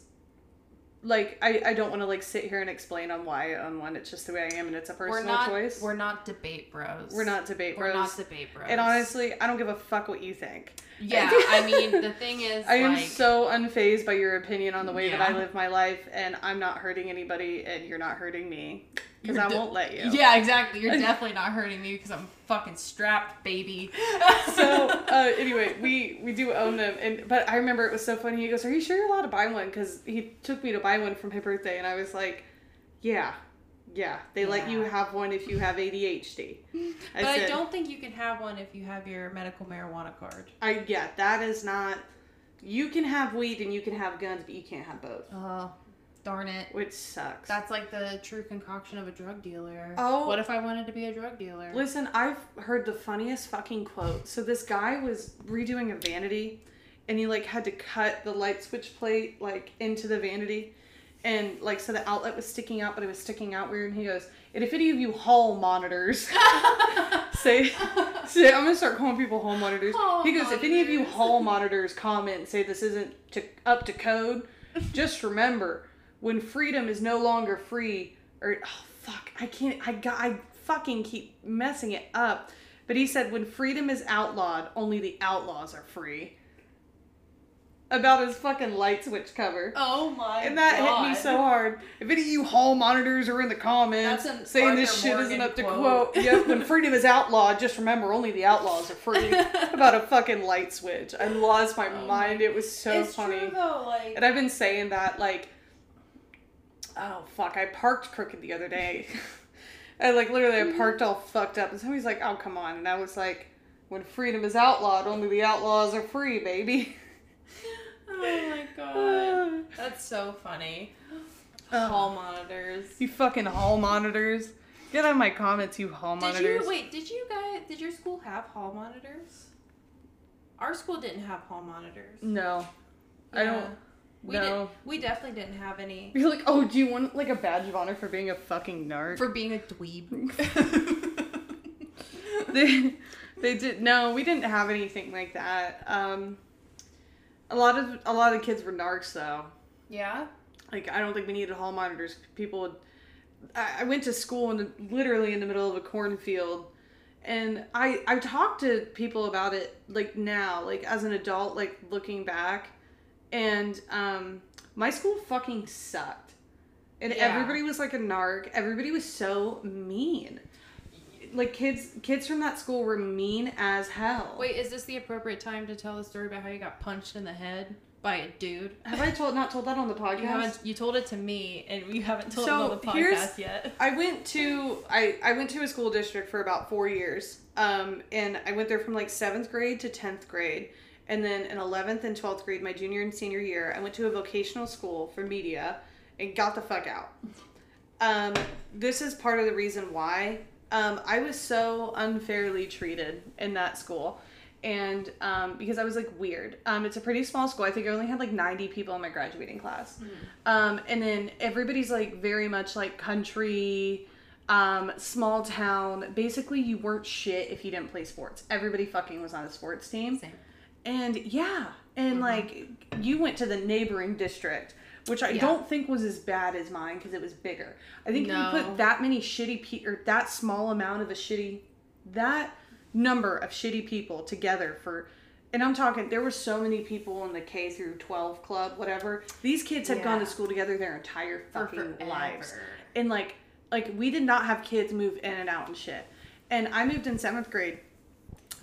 [SPEAKER 1] like I, I don't want to like sit here and explain on why I own one. It's just the way I am, and it's a
[SPEAKER 4] we're
[SPEAKER 1] personal
[SPEAKER 4] not
[SPEAKER 1] choice.
[SPEAKER 4] we're not debate bros.
[SPEAKER 1] We're not debate
[SPEAKER 4] We're not
[SPEAKER 1] bros.
[SPEAKER 4] debate bros.
[SPEAKER 1] and honestly, I don't give a fuck what you think.
[SPEAKER 4] yeah. I mean, the thing is,
[SPEAKER 1] I am
[SPEAKER 4] like,
[SPEAKER 1] so unfazed by your opinion on the way that I
[SPEAKER 4] Yeah.
[SPEAKER 1] live my life, and I'm not hurting anybody, and you're not hurting me because
[SPEAKER 4] You're
[SPEAKER 1] I
[SPEAKER 4] de-
[SPEAKER 1] won't let you.
[SPEAKER 4] Yeah, exactly. You're definitely not hurting me because I'm fucking strapped, baby.
[SPEAKER 1] So uh, anyway, we we do own them, and but I remember it was so funny. He goes, "Are you sure you're allowed to buy one?" Because he took me to buy one for my birthday, and I was like, "Yeah, yeah, they let you
[SPEAKER 4] Yeah.
[SPEAKER 1] have one if you have ADHD."
[SPEAKER 4] but I
[SPEAKER 1] said,
[SPEAKER 4] don't think you can have one if you have your medical marijuana card.
[SPEAKER 1] I yeah, that is not. You can have weed and you can have guns, but you can't have both,
[SPEAKER 4] Oh, darn it.
[SPEAKER 1] which sucks.
[SPEAKER 2] That's like the true concoction of a drug dealer.
[SPEAKER 1] Oh.
[SPEAKER 2] What if I wanted to be a drug dealer?
[SPEAKER 1] Listen, I've heard the funniest fucking quote. So this guy was redoing a vanity and he like had to cut the light switch plate like into the vanity and like so the outlet was sticking out but it was sticking out weird and he goes, And if any of you hall monitors say say I'm gonna start calling people hall monitors.
[SPEAKER 4] Hall
[SPEAKER 1] he goes, If any of you
[SPEAKER 4] monitors."
[SPEAKER 1] hall monitors comment and say this isn't to, up to code, just remember when freedom is no longer free or oh fuck i can't i got i fucking keep messing it up but he said when freedom is outlawed only the outlaws are free about his fucking light switch cover
[SPEAKER 4] Oh my
[SPEAKER 1] and that
[SPEAKER 4] God.
[SPEAKER 1] hit me so hard. If any of you hall monitors are in the comments
[SPEAKER 4] That's an
[SPEAKER 1] saying this
[SPEAKER 4] Arthur
[SPEAKER 1] shit
[SPEAKER 4] Morgan
[SPEAKER 1] isn't up to
[SPEAKER 4] quote.
[SPEAKER 1] quote, yep, when freedom is outlawed, just remember only the outlaws are free. about a fucking light switch. I lost my mind. It was so
[SPEAKER 2] it's
[SPEAKER 1] funny.
[SPEAKER 2] true though. Like
[SPEAKER 1] And I've been saying that like oh fuck, I parked crooked the other day. I like literally I parked all fucked up and somebody's like, Oh come on and I was like, When freedom is outlawed, only the outlaws are free, baby.
[SPEAKER 2] oh my god,
[SPEAKER 1] Ah.
[SPEAKER 2] that's so funny.
[SPEAKER 1] Oh.
[SPEAKER 2] Hall monitors.
[SPEAKER 1] you fucking hall monitors. Get out of my comments, you hall
[SPEAKER 2] Did
[SPEAKER 1] monitors.
[SPEAKER 2] you wait? Did you guys? Did your school have hall monitors? Our school didn't have hall monitors.
[SPEAKER 1] no. I don't
[SPEAKER 2] We
[SPEAKER 1] know.
[SPEAKER 2] didn't. We definitely didn't have any.
[SPEAKER 1] You're like, oh, do you want like a badge of honor for being a fucking nerd?
[SPEAKER 4] For being a dweeb.
[SPEAKER 1] they they did no we didn't have anything like that um a lot of a lot of the kids were narcs though
[SPEAKER 4] yeah?
[SPEAKER 1] like i don't think we needed hall monitors people would i, I went to school in the, literally in the middle of a cornfield and i i talked to people about it like now like as an adult like looking back and um my school fucking sucked and
[SPEAKER 4] Yeah.
[SPEAKER 1] everybody was like a narc everybody was so mean like kids kids from that school were mean as hell
[SPEAKER 2] Wait, is this the appropriate time to tell the story about how you got punched in the head by a dude?
[SPEAKER 1] have i told not told that on the podcast
[SPEAKER 2] You haven't. You told it to me, and you haven't told
[SPEAKER 1] So,
[SPEAKER 2] it on the
[SPEAKER 1] here's-
[SPEAKER 2] podcast yet.
[SPEAKER 1] I went to I, I went to a school district for about four years. Um, and I went there from like seventh grade to tenth grade, and then in eleventh and twelfth grade, my junior and senior year, I went to a vocational school for media, and got the fuck out. Um, this is part of the reason why um, I was so unfairly treated in that school. And um, because I was like weird. Um, it's a pretty small school. I think I only had like 90 people in my graduating class. Um, and then everybody's like very much like country, um, small town. Basically, you weren't shit if you didn't play sports. Everybody fucking was on a sports team.
[SPEAKER 4] Same.
[SPEAKER 1] And yeah, and
[SPEAKER 2] Mm-hmm.
[SPEAKER 1] like you went to the neighboring district, which I
[SPEAKER 4] Yeah.
[SPEAKER 1] don't think was as bad as mine because it was bigger. I think if you
[SPEAKER 4] No.
[SPEAKER 1] put that many shitty pe- or that small amount of a shitty that number of shitty people together for and I'm talking there were so many people in the K through 12 club whatever. These kids had gone to
[SPEAKER 2] Yeah.
[SPEAKER 1] school together their entire
[SPEAKER 2] For
[SPEAKER 1] fucking
[SPEAKER 2] forever.
[SPEAKER 1] lives and like like we did not have kids move in and out and shit and i moved in seventh grade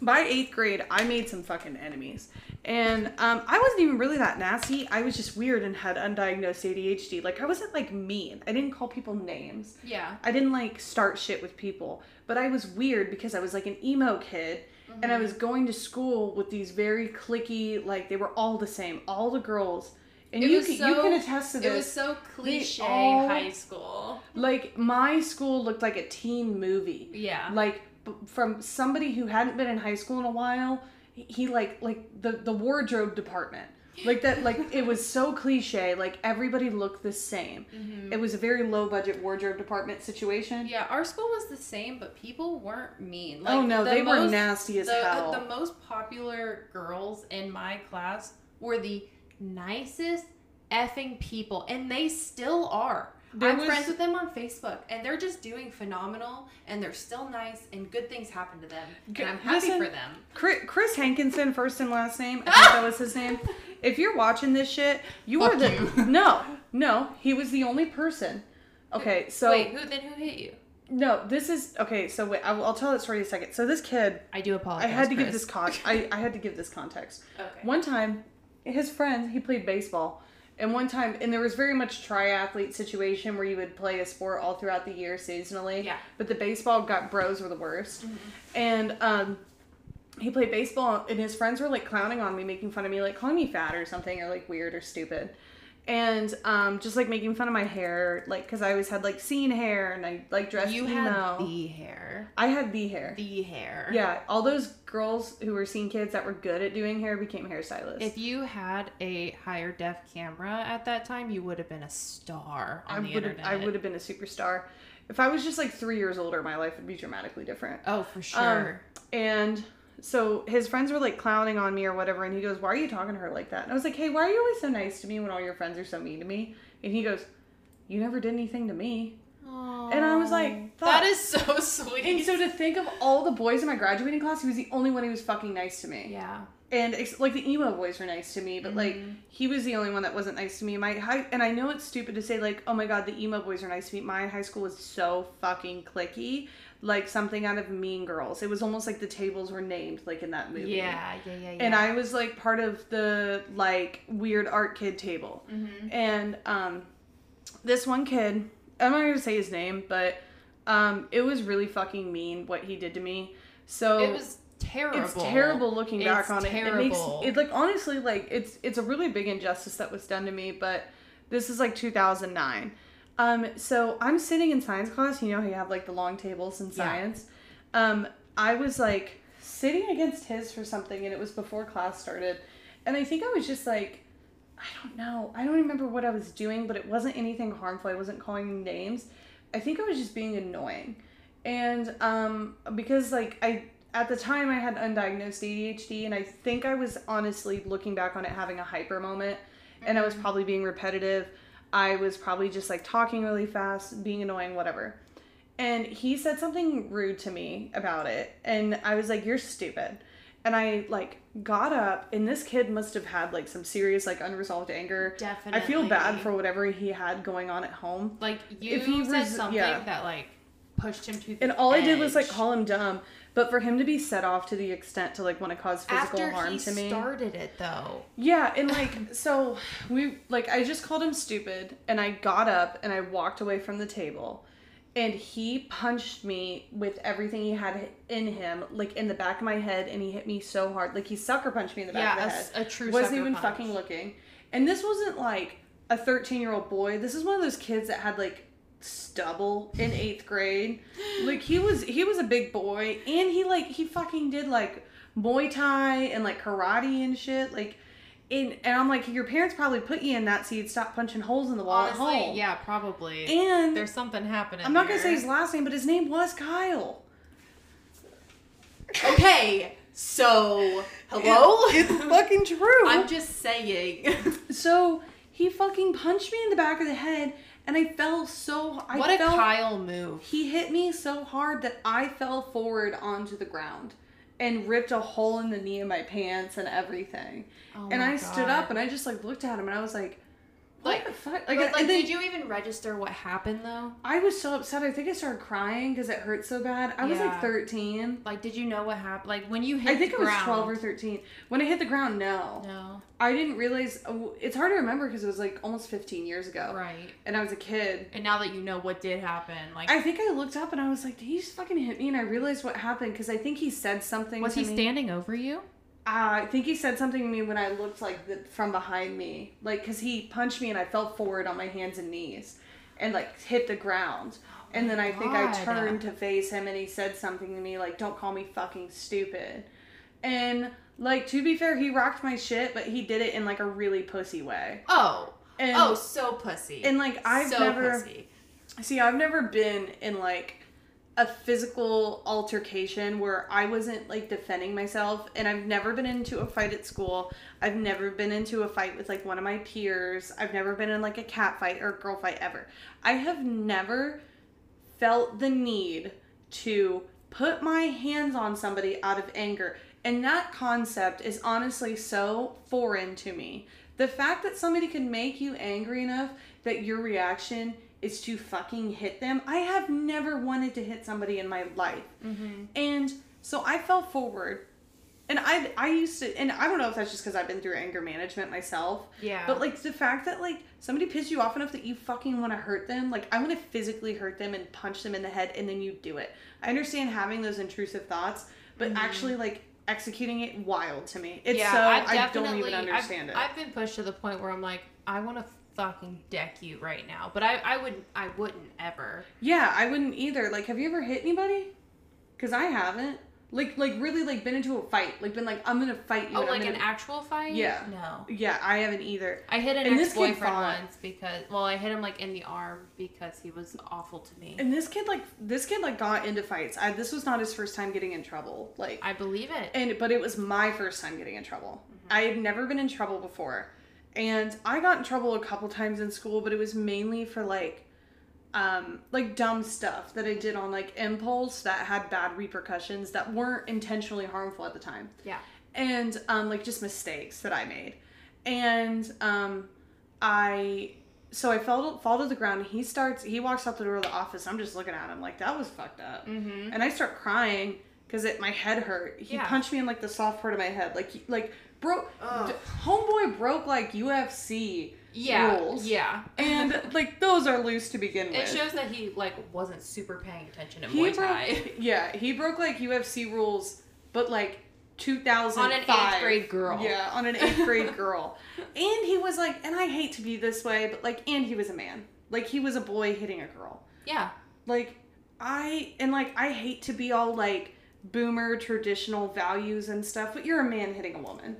[SPEAKER 1] by eighth grade i made some fucking enemies and um, i wasn't even really that nasty i was just weird and had undiagnosed adhd like i wasn't like mean i didn't call people names
[SPEAKER 4] Yeah.
[SPEAKER 1] I didn't like start shit with people, but I was weird because I was like an emo kid and I
[SPEAKER 2] Mm-hmm.
[SPEAKER 1] was going to school with these very clicky, like they were all the same, all the girls. And
[SPEAKER 2] It
[SPEAKER 1] you
[SPEAKER 2] was
[SPEAKER 1] can, you
[SPEAKER 2] so-
[SPEAKER 1] can attest to
[SPEAKER 2] It
[SPEAKER 1] this.
[SPEAKER 2] was so cliche
[SPEAKER 1] all-
[SPEAKER 2] high school.
[SPEAKER 1] Like my school looked like a teen movie.
[SPEAKER 4] Yeah.
[SPEAKER 1] Like b- from somebody who hadn't been in high school in a while, he- he like like the the wardrobe department Like that, like it was so cliche. Like everybody looked the same. It was a very low budget wardrobe department situation.
[SPEAKER 2] Mm-hmm. Yeah, our school was the same, but people weren't mean.
[SPEAKER 1] oh no,
[SPEAKER 2] the
[SPEAKER 1] they were
[SPEAKER 2] most-
[SPEAKER 1] nasty as
[SPEAKER 2] the,
[SPEAKER 1] hell.
[SPEAKER 2] The most popular girls in my class were the nicest effing people, and they still are.
[SPEAKER 1] There
[SPEAKER 2] I'm
[SPEAKER 1] was-
[SPEAKER 2] friends with them on Facebook, and they're just doing phenomenal, and they're still nice, and good things happen to them,
[SPEAKER 1] G-
[SPEAKER 2] and I'm happy
[SPEAKER 1] listen.
[SPEAKER 2] for them.
[SPEAKER 1] Chris, Chris Hankinson, first and last name. I think that was his name. If you're watching this shit, you
[SPEAKER 4] Fuck
[SPEAKER 1] are the
[SPEAKER 4] you.
[SPEAKER 1] no, no. He was the only person. Okay, so
[SPEAKER 2] Wait, who then who hit you?
[SPEAKER 1] no, this is okay. So wait, I'll, I'll tell that story in a second. So this kid,
[SPEAKER 2] I do apologize.
[SPEAKER 1] I had to give this con- I, I had to give this context.
[SPEAKER 2] Okay.
[SPEAKER 1] One time, his friend, he played baseball. And one time, and there was very much triathlete situation where you would play a sport all throughout the year seasonally.
[SPEAKER 2] Yeah. Mm-hmm.
[SPEAKER 1] But the baseball got bros were the worst. And um, he played baseball, and his friends were like clowning on me, making fun of me, like calling me fat or something, or like weird or stupid. And um, just like making fun of my hair, like because I always had like scene hair and I like dressed.
[SPEAKER 2] You had
[SPEAKER 1] no.
[SPEAKER 2] the hair.
[SPEAKER 1] I had the hair.
[SPEAKER 2] The hair.
[SPEAKER 1] Yeah, all those girls who were scene kids that were good at doing hair became hairstylists.
[SPEAKER 4] If you had a higher def camera at that time, you would have been a star
[SPEAKER 1] I
[SPEAKER 4] on the
[SPEAKER 1] would have,
[SPEAKER 4] internet.
[SPEAKER 1] I would have been a superstar. If I was just like three years older, my life would be dramatically different. Um,
[SPEAKER 4] Oh, for sure.
[SPEAKER 1] And so his friends were like clowning on me or whatever, and he goes, "Why are you talking to her like that?" And I was like, "Hey, why are you always so nice to me when all your friends are so mean to me?" And he goes, "You never did anything to me." and I was like,
[SPEAKER 4] Aw.
[SPEAKER 1] "Fuck."
[SPEAKER 4] that is so sweet.
[SPEAKER 1] And so to think of all the boys in my graduating class, he was the only one who was fucking nice to me.
[SPEAKER 4] yeah.
[SPEAKER 1] and ex- like the emo boys were nice to me, but like
[SPEAKER 4] Mm-hmm.
[SPEAKER 1] he was the only one that wasn't nice to me. My high and I know it's stupid to say like, oh my god, the emo boys are nice to me. My high school was so fucking clicky, like something out of Mean Girls. It was almost like the tables were named like in that movie.
[SPEAKER 4] yeah, yeah, yeah, yeah.
[SPEAKER 1] And I was like part of the like weird art kid table,
[SPEAKER 4] Mm-hmm.
[SPEAKER 1] and um, this one kid, I'm not gonna say his name, but um, it was really fucking mean what he did to me. So
[SPEAKER 4] it was terrible.
[SPEAKER 1] it's terrible looking back
[SPEAKER 4] It's
[SPEAKER 1] on it. It makes
[SPEAKER 4] terrible.
[SPEAKER 1] it like honestly like it's it's a really big injustice that was done to me, but this is like 2009. Um so I'm sitting in science class, you know, how you have like the long tables in
[SPEAKER 4] Yeah.
[SPEAKER 1] science. Um I was like sitting against his for something and it was before class started. And I think I was just like I don't know. I don't remember what I was doing, but it wasn't anything harmful. I wasn't calling names. I think I was just being annoying. And um because like I at the time I had undiagnosed ADHD and I think I was honestly looking back on it having a hyper moment and I was probably being repetitive. I was probably just like talking really fast, being annoying, whatever. And he said something rude to me about it and I was like you're stupid. And I like got up and this kid must have had like some serious like unresolved anger.
[SPEAKER 4] Definitely.
[SPEAKER 1] I feel bad for whatever he had going on at home.
[SPEAKER 4] like you
[SPEAKER 1] if he
[SPEAKER 4] said
[SPEAKER 1] res-
[SPEAKER 4] something
[SPEAKER 1] yeah.
[SPEAKER 4] that like pushed him to the
[SPEAKER 1] And all I did was like
[SPEAKER 4] edge.
[SPEAKER 1] call him dumb, but for him to be set off to the extent to like want to cause physical
[SPEAKER 4] after
[SPEAKER 1] harm
[SPEAKER 4] he
[SPEAKER 1] to me.
[SPEAKER 4] started it though.
[SPEAKER 1] yeah, and like so we like I just called him stupid and I got up and I walked away from the table and he punched me with everything he had in him like in the back of my head and he hit me so hard like he sucker punched me in the back
[SPEAKER 4] Yeah, a
[SPEAKER 1] of the
[SPEAKER 4] s-
[SPEAKER 1] head.
[SPEAKER 4] a true
[SPEAKER 1] wasn't
[SPEAKER 4] sucker
[SPEAKER 1] even
[SPEAKER 4] punch.
[SPEAKER 1] fucking looking. And this wasn't like a 13 year old boy. This is one of those kids that had like stubble in eighth grade. Like he was he was a big boy and he like he fucking did like Muay Thai and like karate and shit. Like in and I'm like, your parents probably put you in that so you'd stop punching holes in the wall
[SPEAKER 4] Honestly,
[SPEAKER 1] at home.
[SPEAKER 4] yeah, probably.
[SPEAKER 1] And
[SPEAKER 4] There's something happening.
[SPEAKER 1] I'm not gonna say
[SPEAKER 4] here.
[SPEAKER 1] his last name, but his name was Kyle.
[SPEAKER 2] Okay, so hello.
[SPEAKER 1] It's fucking true.
[SPEAKER 2] I'm just saying.
[SPEAKER 1] so he fucking punched me in the back of the head and I fell so I
[SPEAKER 4] what a
[SPEAKER 1] fell
[SPEAKER 4] Kyle move.
[SPEAKER 1] He hit me so hard that I fell forward onto the ground and ripped a hole in the knee of my pants and everything.
[SPEAKER 4] Oh
[SPEAKER 1] and
[SPEAKER 4] my
[SPEAKER 1] I stood
[SPEAKER 4] God.
[SPEAKER 1] up and I just like looked at him and I was like, what
[SPEAKER 4] Like-
[SPEAKER 1] the fuck?
[SPEAKER 4] But,
[SPEAKER 1] Like,
[SPEAKER 4] like,
[SPEAKER 1] and then
[SPEAKER 4] did you even register what happened though?
[SPEAKER 1] I was so upset. I think I started crying because it hurt so bad. I was like
[SPEAKER 4] Yeah.
[SPEAKER 1] 13.
[SPEAKER 4] Like, did you know what happened? Like, when you hit
[SPEAKER 1] I think
[SPEAKER 4] the
[SPEAKER 1] I was
[SPEAKER 4] ground,
[SPEAKER 1] 12 or 13. When I hit the ground, no.
[SPEAKER 4] No,
[SPEAKER 1] I didn't realize. oh, It's hard to remember because it was like almost 15 years ago.
[SPEAKER 4] right.
[SPEAKER 1] And I was a kid.
[SPEAKER 4] And now that you know what did happen, like,
[SPEAKER 1] I think I looked up and I was like, did he just fucking hit me? And I realized what happened because I think he said something
[SPEAKER 4] was
[SPEAKER 1] to
[SPEAKER 4] he
[SPEAKER 1] me.
[SPEAKER 4] standing over you?
[SPEAKER 1] Uh, I think he said something to me when I looked like the, from behind me, like because he punched me and I fell forward on my hands and knees, and like hit the ground. And then I think I
[SPEAKER 4] God.
[SPEAKER 1] turned to face him and he said something to me like, "Don't call me fucking stupid," and Like to be fair, he rocked my shit, but he did it in like a really pussy way.
[SPEAKER 2] Oh.
[SPEAKER 1] And,
[SPEAKER 2] oh, so pussy.
[SPEAKER 1] and like I've
[SPEAKER 2] so
[SPEAKER 1] never
[SPEAKER 2] pussy.
[SPEAKER 1] See, I've never been in like a physical altercation where I wasn't like defending myself, and I've never been into a fight at school. I've never been into a fight with like one of my peers. I've never been in like a cat fight or a girl fight ever. I have never felt the need to put my hands on somebody out of anger. And that concept is honestly so foreign to me. The fact that somebody can make you angry enough that your reaction is to fucking hit them. I have never wanted to hit somebody in my life. And so I fell forward. And I I used to and I don't know if that's just cuz I've been through anger management myself.
[SPEAKER 2] Yeah.
[SPEAKER 1] But like the fact that like somebody pissed you off enough that you fucking want to hurt them, like I want to physically hurt them and punch them in the head and then you do it. I understand having those intrusive thoughts, but
[SPEAKER 4] Mm-hmm.
[SPEAKER 1] actually like executing it wild to me. It's so I, don't even
[SPEAKER 4] I've-
[SPEAKER 1] understand it.
[SPEAKER 4] I've been pushed to the point where I'm like, I want to fucking deck you right now, but I, I would, I wouldn't ever.
[SPEAKER 1] yeah, I wouldn't either. Like have you ever hit anybody? Cuz I haven't. Like like really like been into a fight, like been like I'm going to fight you
[SPEAKER 4] Oh,
[SPEAKER 1] and I'm
[SPEAKER 4] like an
[SPEAKER 1] gonna-
[SPEAKER 4] actual fight?
[SPEAKER 1] Yeah.
[SPEAKER 4] No.
[SPEAKER 1] Yeah, I haven't either.
[SPEAKER 4] I hit an
[SPEAKER 1] And this
[SPEAKER 4] ex
[SPEAKER 1] kid
[SPEAKER 4] boyfriend
[SPEAKER 1] fought.
[SPEAKER 4] once because, well, I hit him like in the arm because he was awful to me.
[SPEAKER 1] And this kid like this kid like got into fights. I, this was not his first time getting in trouble. Like
[SPEAKER 4] I believe it.
[SPEAKER 1] and but it was my first time getting in trouble. I had never been in trouble before. And I got in trouble a couple times in school, but it was mainly for like um like dumb stuff that I did on like impulse that had bad repercussions that weren't intentionally harmful at the time
[SPEAKER 4] yeah.
[SPEAKER 1] and um, like just mistakes that I made. And um, I so I fell fall to the ground. And he starts he walks out the door of the office. I'm just looking at him like that was fucked up,
[SPEAKER 4] Mm-hmm.
[SPEAKER 1] and I start crying because it my head hurt. He
[SPEAKER 4] Yeah.
[SPEAKER 1] punched me in like the soft part of my head, like he- like broke.
[SPEAKER 2] Ugh.
[SPEAKER 1] d- homeboy broke like UFC
[SPEAKER 4] Yeah.
[SPEAKER 1] rules.
[SPEAKER 4] Yeah.
[SPEAKER 1] and like those are loose to begin with.
[SPEAKER 4] It shows that he like wasn't super paying attention in
[SPEAKER 1] He
[SPEAKER 4] Muay
[SPEAKER 1] broke,
[SPEAKER 4] Thai
[SPEAKER 1] yeah, he broke like UFC rules, but like 2005
[SPEAKER 4] on an eighth grade girl.
[SPEAKER 1] Yeah, on an eighth grade girl, and he was like, and I hate to be this way, but like, and he was a man, like he was a boy hitting a girl,
[SPEAKER 4] Yeah.
[SPEAKER 1] like I and like I hate to be all like boomer traditional values and stuff, but you're a man hitting a woman.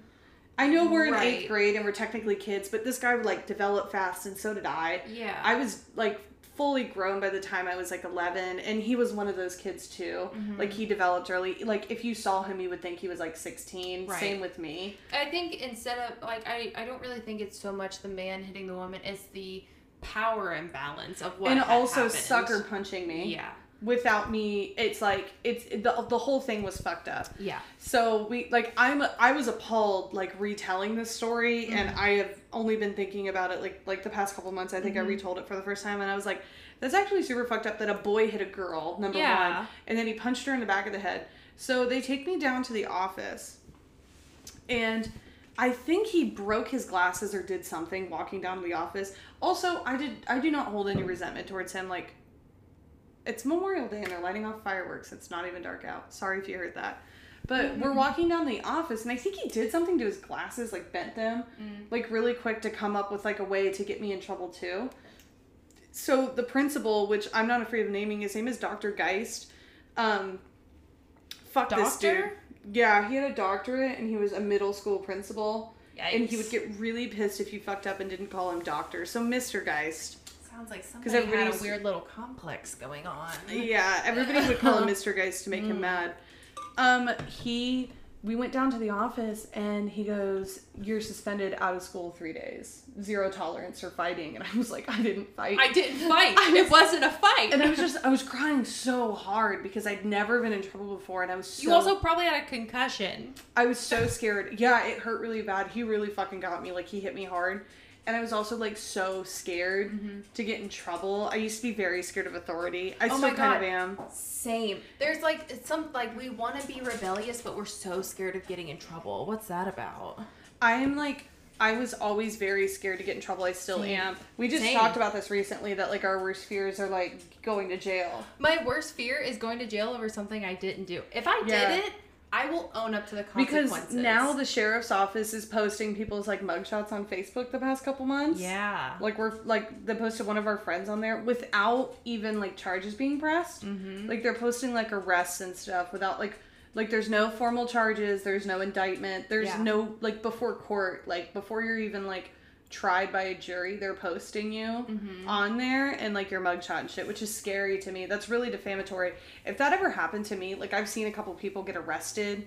[SPEAKER 1] I know we're in
[SPEAKER 4] Right.
[SPEAKER 1] eighth grade and we're technically kids, but this guy would like develop fast, and so did I.
[SPEAKER 4] Yeah.
[SPEAKER 1] I was like fully grown by the time I was like 11 and he was one of those kids too.
[SPEAKER 4] Mm-hmm.
[SPEAKER 1] Like he developed early. Like if you saw him you would think he was like 16.
[SPEAKER 4] Right.
[SPEAKER 1] Same with me.
[SPEAKER 4] I think instead of like I, I don't really think it's so much the man hitting the woman, it's the power imbalance of what
[SPEAKER 1] and
[SPEAKER 4] had
[SPEAKER 1] also
[SPEAKER 4] happened.
[SPEAKER 1] sucker punching me.
[SPEAKER 4] Yeah.
[SPEAKER 1] Without me, it's like it's the, the whole thing was fucked up.
[SPEAKER 4] Yeah.
[SPEAKER 1] So we like I'm I was appalled like retelling this story and I have only been thinking about it like like the past couple months I think I retold it for the first time and I was like that's actually super fucked up that a boy hit a girl number
[SPEAKER 4] Yeah.
[SPEAKER 1] one and then he punched her in the back of the head. So they take me down to the office and I think he broke his glasses or did something walking down to the office. Also, I did I do not hold any resentment towards him like it's Memorial Day and they're lighting off fireworks. It's not even dark out. Sorry if you heard that. But
[SPEAKER 4] Mm-hmm.
[SPEAKER 1] we're walking down the office and I think he did something to his glasses, like bent them,
[SPEAKER 4] Mm.
[SPEAKER 1] like really quick to come up with like a way to get me in trouble too. So the principal, which I'm not afraid of naming, his name is Dr. Geist. Um fuck this dude.
[SPEAKER 4] Doctor?
[SPEAKER 1] Yeah, he had a doctorate and he was a middle school principal. And he
[SPEAKER 4] Yikes.
[SPEAKER 1] would get really pissed if you fucked up and didn't call him doctor. So Mr. Geist.
[SPEAKER 4] Sounds like somebody
[SPEAKER 1] Because everybody
[SPEAKER 4] had a
[SPEAKER 1] was-
[SPEAKER 4] weird little complex going on.
[SPEAKER 1] Yeah, everybody would call him Mr. Geist to make him mad. Um, he we went down to the office and he goes, You're suspended out of school three days. Zero tolerance for fighting. And I was like, I didn't fight.
[SPEAKER 4] I didn't fight. it wasn't a fight.
[SPEAKER 1] and I was just I was crying so hard because I'd never been in trouble before and I was so
[SPEAKER 4] you also probably had a concussion.
[SPEAKER 1] I was so scared. Yeah, it hurt really bad. He really fucking got me. Like he hit me hard. And I was also like so scared to get in trouble. I used to be very scared of authority. I
[SPEAKER 4] Mm-hmm. Oh
[SPEAKER 1] still
[SPEAKER 4] my
[SPEAKER 1] kind of
[SPEAKER 4] God.
[SPEAKER 1] am.
[SPEAKER 4] Same. There's like it's some like we want to be rebellious, but we're so scared of getting in trouble. What's that about?
[SPEAKER 1] I am like I was always very scared to get in trouble. I still
[SPEAKER 4] Same.
[SPEAKER 1] am. We just
[SPEAKER 4] Same.
[SPEAKER 1] talked about this recently that like our worst fears are like going to jail.
[SPEAKER 4] My worst fear is going to jail over something I didn't do. If I
[SPEAKER 1] Yeah.
[SPEAKER 4] did it, I will own up to the consequences.
[SPEAKER 1] Because now the sheriff's office is posting people's like mugshots on Facebook the past couple months.
[SPEAKER 4] yeah,
[SPEAKER 1] Like we're like they posted one of our friends on there
[SPEAKER 4] Mm-hmm.
[SPEAKER 1] without even like charges being pressed. Like they're posting like arrests and stuff without like Like there's no formal charges, there's no indictment, there's
[SPEAKER 2] Yeah.
[SPEAKER 1] no like before court, like before you're even like tried by a jury, they're posting you
[SPEAKER 4] Mm-hmm.
[SPEAKER 1] on there and like your mugshot and shit, which is scary to me. That's really defamatory. If that ever happened to me, like I've seen a couple people get arrested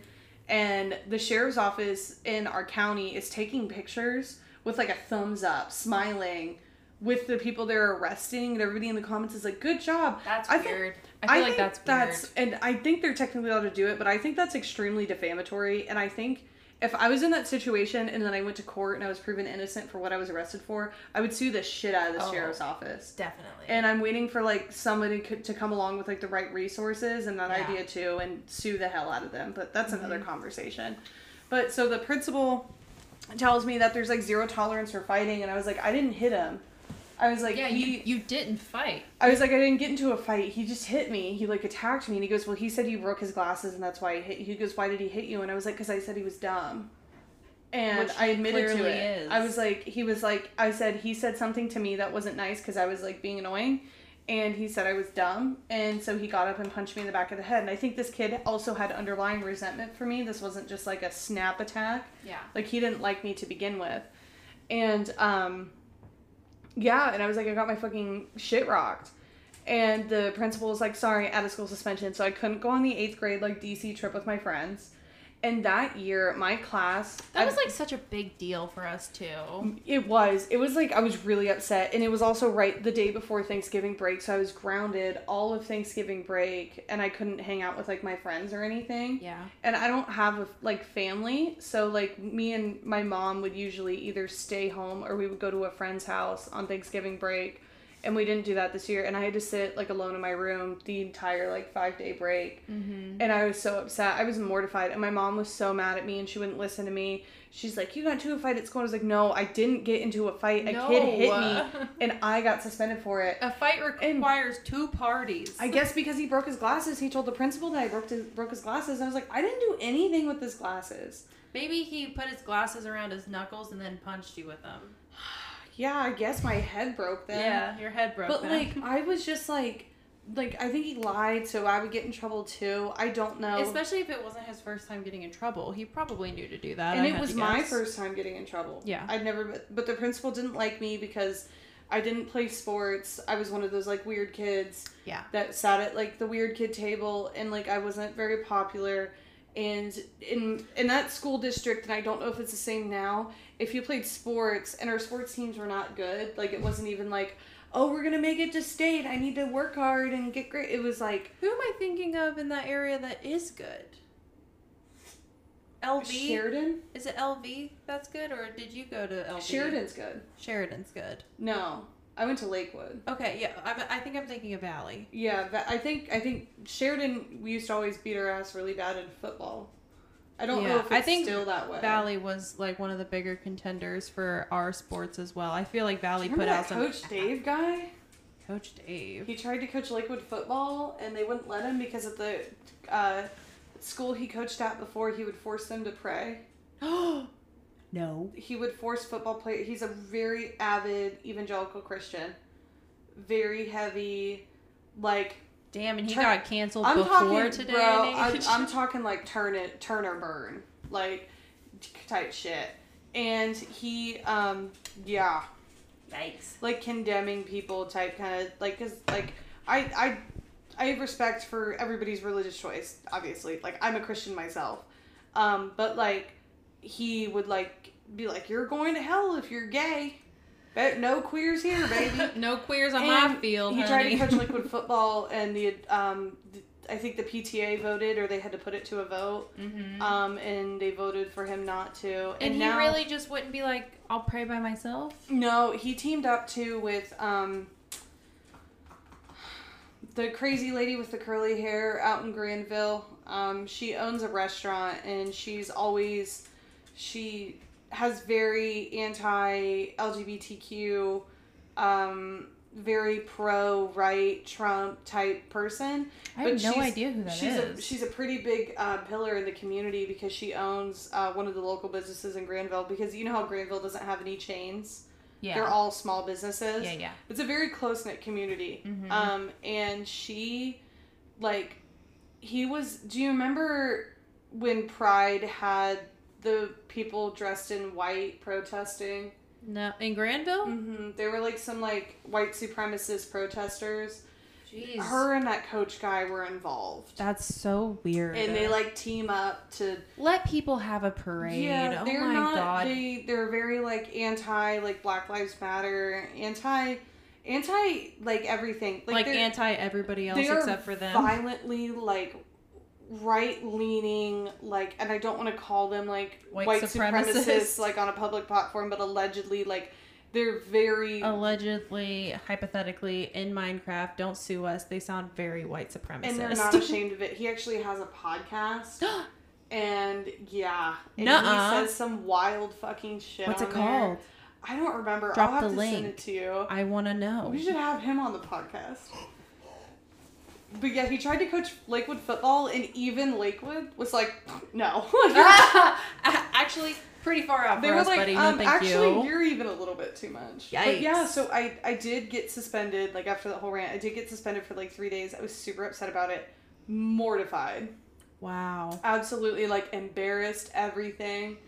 [SPEAKER 1] and the sheriff's office in our county is taking pictures with like a thumbs up, smiling with the people they're arresting and everybody in the comments is like, Good job.
[SPEAKER 4] That's
[SPEAKER 1] I think-
[SPEAKER 4] weird. I feel like that's weird.
[SPEAKER 1] and I think they're technically allowed to do it, but I think that's extremely defamatory. And I think if I was in that situation and then I went to court and I was proven innocent for what I was arrested for, I would sue the shit out of the
[SPEAKER 2] Oh.
[SPEAKER 1] sheriff's office.
[SPEAKER 2] Definitely.
[SPEAKER 1] And I'm waiting for like somebody co- to come along with like the right resources and that
[SPEAKER 2] Yeah.
[SPEAKER 1] idea too, and sue the hell out of them. But that's another
[SPEAKER 4] Mm-hmm.
[SPEAKER 1] conversation. But so the principal tells me that there's like zero tolerance for fighting, and I was like, I didn't hit him. I was like,
[SPEAKER 4] yeah,
[SPEAKER 1] he-
[SPEAKER 4] you you didn't fight.
[SPEAKER 1] I was like, I didn't get into a fight. He just hit me. He like attacked me, and he goes, "Well, he said you broke his glasses, and that's why he hit." you." He goes, "Why did he hit you?" And I was like, "Cause I said he was dumb." And
[SPEAKER 2] Which
[SPEAKER 1] I
[SPEAKER 2] he
[SPEAKER 1] admitted to
[SPEAKER 2] clearly
[SPEAKER 1] it.
[SPEAKER 2] is.
[SPEAKER 1] I was like, he was like, I said he said something to me that wasn't nice because I was like being annoying, and he said I was dumb, and so he got up and punched me in the back of the head. And I think this kid also had underlying resentment for me. This wasn't just like a snap attack
[SPEAKER 4] Yeah.
[SPEAKER 1] like he didn't like me to begin with and um yeah and i was like i got my fucking shit rocked and the principal was like sorry out of school suspension so i couldn't go on the eighth grade like dc trip with my friends and that year my class
[SPEAKER 2] that
[SPEAKER 1] I-
[SPEAKER 2] was like such a big deal for us too.
[SPEAKER 1] it was it was like i was really upset and it was also right the day before thanksgiving break so i was grounded all of thanksgiving break and i couldn't hang out with like my friends or anything
[SPEAKER 2] Yeah.
[SPEAKER 1] and I don't have a, like family, so like me and my mom would usually either stay home or we would go to a friend's house on Thanksgiving break, and we didn't do that this year. And I had to sit like alone in my room the entire like five day break,
[SPEAKER 2] Mm-hmm.
[SPEAKER 1] and I was so upset. I was mortified, and my mom was so mad at me, and she wouldn't listen to me. She's like, "You got into a fight at school." I was like, "No, I didn't get into a fight. A kid hit me, and I got suspended for it."
[SPEAKER 4] A fight requires two parties.
[SPEAKER 1] I guess because he broke his glasses, he told the principal that I broke his, broke his glasses. And I was like, I didn't do anything with his glasses.
[SPEAKER 4] Maybe he put his glasses around his knuckles and then punched you with them.
[SPEAKER 1] Yeah, I guess my head broke then.
[SPEAKER 4] yeah, your head broke.
[SPEAKER 1] But
[SPEAKER 4] then.
[SPEAKER 1] like I was just like like I think he lied so I would get in trouble too. I don't know.
[SPEAKER 4] especially if it wasn't his first time getting in trouble, he probably knew to do that.
[SPEAKER 1] and
[SPEAKER 4] I
[SPEAKER 1] it
[SPEAKER 4] had
[SPEAKER 1] was
[SPEAKER 4] to
[SPEAKER 1] my
[SPEAKER 4] guess.
[SPEAKER 1] first time getting in trouble.
[SPEAKER 4] Yeah.
[SPEAKER 1] I'd never been- but the principal didn't like me because I didn't play sports. I was one of those like weird kids
[SPEAKER 4] Yeah.
[SPEAKER 1] that sat at like the weird kid table and like I wasn't very popular and in in that school district and I don't know if it's the same now if you played sports and our sports teams were not good like it wasn't even like oh we're going to make it to state I need to work hard and get great it was like
[SPEAKER 4] Who am I thinking of in that area that is good? LV
[SPEAKER 1] Sheridan
[SPEAKER 4] is it LV that's good, or did you go to LV?
[SPEAKER 1] Sheridan's good
[SPEAKER 4] Sheridan's good.
[SPEAKER 1] no I went to Lakewood
[SPEAKER 4] Okay, yeah, I'm, I think I'm thinking of Valley.
[SPEAKER 1] Yeah, but I think I think Sheridan we used to always beat our ass really bad in football. I don't know
[SPEAKER 4] Yeah,
[SPEAKER 1] if it's
[SPEAKER 4] I think
[SPEAKER 1] still that way.
[SPEAKER 4] Valley was like one of the bigger contenders for our sports as well. I feel like
[SPEAKER 1] Do
[SPEAKER 4] Valley
[SPEAKER 1] you
[SPEAKER 4] put
[SPEAKER 1] remember
[SPEAKER 4] out
[SPEAKER 1] that
[SPEAKER 4] some
[SPEAKER 1] Coach Dave guy?
[SPEAKER 4] Coach Dave.
[SPEAKER 1] He tried to coach Lakewood football, and they wouldn't let him because at the uh, school he coached at before, he would force them to pray.
[SPEAKER 4] no.
[SPEAKER 1] He would force football player. He's a very avid evangelical Christian, very heavy, like
[SPEAKER 4] Damn, and he
[SPEAKER 1] Turn-
[SPEAKER 4] got canceled
[SPEAKER 1] I'm
[SPEAKER 4] before
[SPEAKER 1] talking,
[SPEAKER 4] today.
[SPEAKER 1] bro. I'm,
[SPEAKER 4] and age.
[SPEAKER 1] I'm talking like turn it, turn or burn, like type shit. And he, um, yeah,
[SPEAKER 4] Yikes.
[SPEAKER 1] like condemning people type kind of like, cause like I, I, I have respect for everybody's religious choice. Obviously, like I'm a Christian myself, um, but like he would like be like, you're going to hell if you're gay. But no queers here, baby.
[SPEAKER 4] no queers on
[SPEAKER 1] And
[SPEAKER 4] my field.
[SPEAKER 1] He
[SPEAKER 4] honey.
[SPEAKER 1] tried to coach liquid football, and the um, th- I think the PTA voted, or they had to put it to a vote,
[SPEAKER 4] Mhm.
[SPEAKER 1] um, and they voted for him not to. And,
[SPEAKER 4] And, he
[SPEAKER 1] now,
[SPEAKER 4] really just wouldn't be like, I'll pray by myself.
[SPEAKER 1] no, he teamed up too with um, the crazy lady with the curly hair out in Granville. Um, she owns a restaurant, and she's always she has very anti LGBTQ, um, very pro right Trump type person.
[SPEAKER 4] I have
[SPEAKER 1] But
[SPEAKER 4] no
[SPEAKER 1] she's-
[SPEAKER 4] idea who that is.
[SPEAKER 1] she's a she's a pretty big uh, pillar in the community because she owns uh, one of the local businesses in Granville. Because you know how Granville doesn't have any chains;
[SPEAKER 4] yeah.
[SPEAKER 1] they're all small businesses.
[SPEAKER 4] yeah, yeah.
[SPEAKER 1] It's a very close knit community.
[SPEAKER 4] Mhm.
[SPEAKER 1] Um, and she, like, he was. Do you remember when Pride had the people dressed in white protesting?
[SPEAKER 2] No, in Granville.
[SPEAKER 1] Mm-hmm. There were like some like white supremacist protesters.
[SPEAKER 2] Jeez,
[SPEAKER 1] Her and that coach guy were involved,
[SPEAKER 4] That's so weird.
[SPEAKER 1] and they like team up to.
[SPEAKER 4] let people have a parade.
[SPEAKER 1] Yeah,
[SPEAKER 4] oh
[SPEAKER 1] they're
[SPEAKER 4] my
[SPEAKER 1] not.
[SPEAKER 4] god.
[SPEAKER 1] They they're very like anti like Black Lives Matter, anti, anti like everything.
[SPEAKER 2] like
[SPEAKER 1] they're-
[SPEAKER 2] anti everybody else
[SPEAKER 1] they are
[SPEAKER 2] except for them.
[SPEAKER 1] violently like right leaning like and I don't want to call them like white,
[SPEAKER 4] White
[SPEAKER 1] supremacists.
[SPEAKER 4] supremacists.
[SPEAKER 1] like on a public platform but allegedly like they're very
[SPEAKER 2] Allegedly, hypothetically, in Minecraft, don't sue us. They sound very white supremacist.
[SPEAKER 1] and they're not ashamed of it. He actually has a podcast and yeah, and
[SPEAKER 2] Nuh-uh.
[SPEAKER 1] he says some wild fucking shit.
[SPEAKER 2] What's
[SPEAKER 1] on
[SPEAKER 2] it
[SPEAKER 1] there.
[SPEAKER 2] called?
[SPEAKER 1] I don't remember.
[SPEAKER 2] Drop
[SPEAKER 1] I'll have
[SPEAKER 2] the
[SPEAKER 1] to
[SPEAKER 2] link.
[SPEAKER 1] send it to you.
[SPEAKER 2] I want to know.
[SPEAKER 1] We should have him on the podcast. But yeah, he tried to coach Lakewood football, and even Lakewood was like, "No,
[SPEAKER 2] Actually, pretty far off.
[SPEAKER 1] They
[SPEAKER 2] for
[SPEAKER 1] were
[SPEAKER 2] us,
[SPEAKER 1] like,
[SPEAKER 2] Ah, buddy. No,
[SPEAKER 1] um,
[SPEAKER 2] thank
[SPEAKER 1] actually,
[SPEAKER 2] you.
[SPEAKER 1] are even a little bit too much. But yeah,
[SPEAKER 2] Yikes.
[SPEAKER 1] so I, I did get suspended, like, after the whole rant. I did get suspended for, like, three days. I was super upset about it. Mortified.
[SPEAKER 2] Wow.
[SPEAKER 1] Absolutely, like, embarrassed, everything.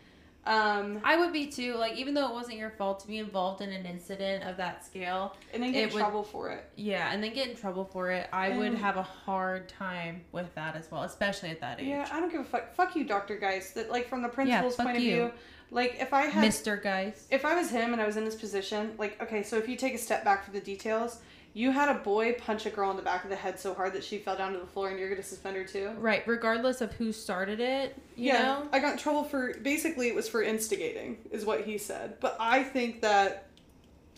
[SPEAKER 1] Um,
[SPEAKER 2] I would be too. Like, even though it wasn't your fault to be involved in an incident of that scale,
[SPEAKER 1] and then get
[SPEAKER 2] It
[SPEAKER 1] in
[SPEAKER 2] would-
[SPEAKER 1] trouble for it.
[SPEAKER 2] yeah, and then get in trouble for it, I would
[SPEAKER 1] Mm.
[SPEAKER 2] have a hard time with that as well, especially at that age.
[SPEAKER 1] Yeah, I don't give a fuck. Fuck you, Dr. Geist. That, like, from the principal's
[SPEAKER 2] fuck
[SPEAKER 1] point of
[SPEAKER 2] you.
[SPEAKER 1] view, like, if I had
[SPEAKER 2] Mr. Guys.
[SPEAKER 1] if I was him and I was in this position, like, okay, so if you take a step back for the details, you had a boy punch a girl in the back of the head so hard that she fell down to the floor, and you're gonna suspend her too.
[SPEAKER 2] Right, regardless of who started it, you
[SPEAKER 1] yeah,
[SPEAKER 2] know?
[SPEAKER 1] I got in trouble for basically it was for instigating, is what he said. But I think that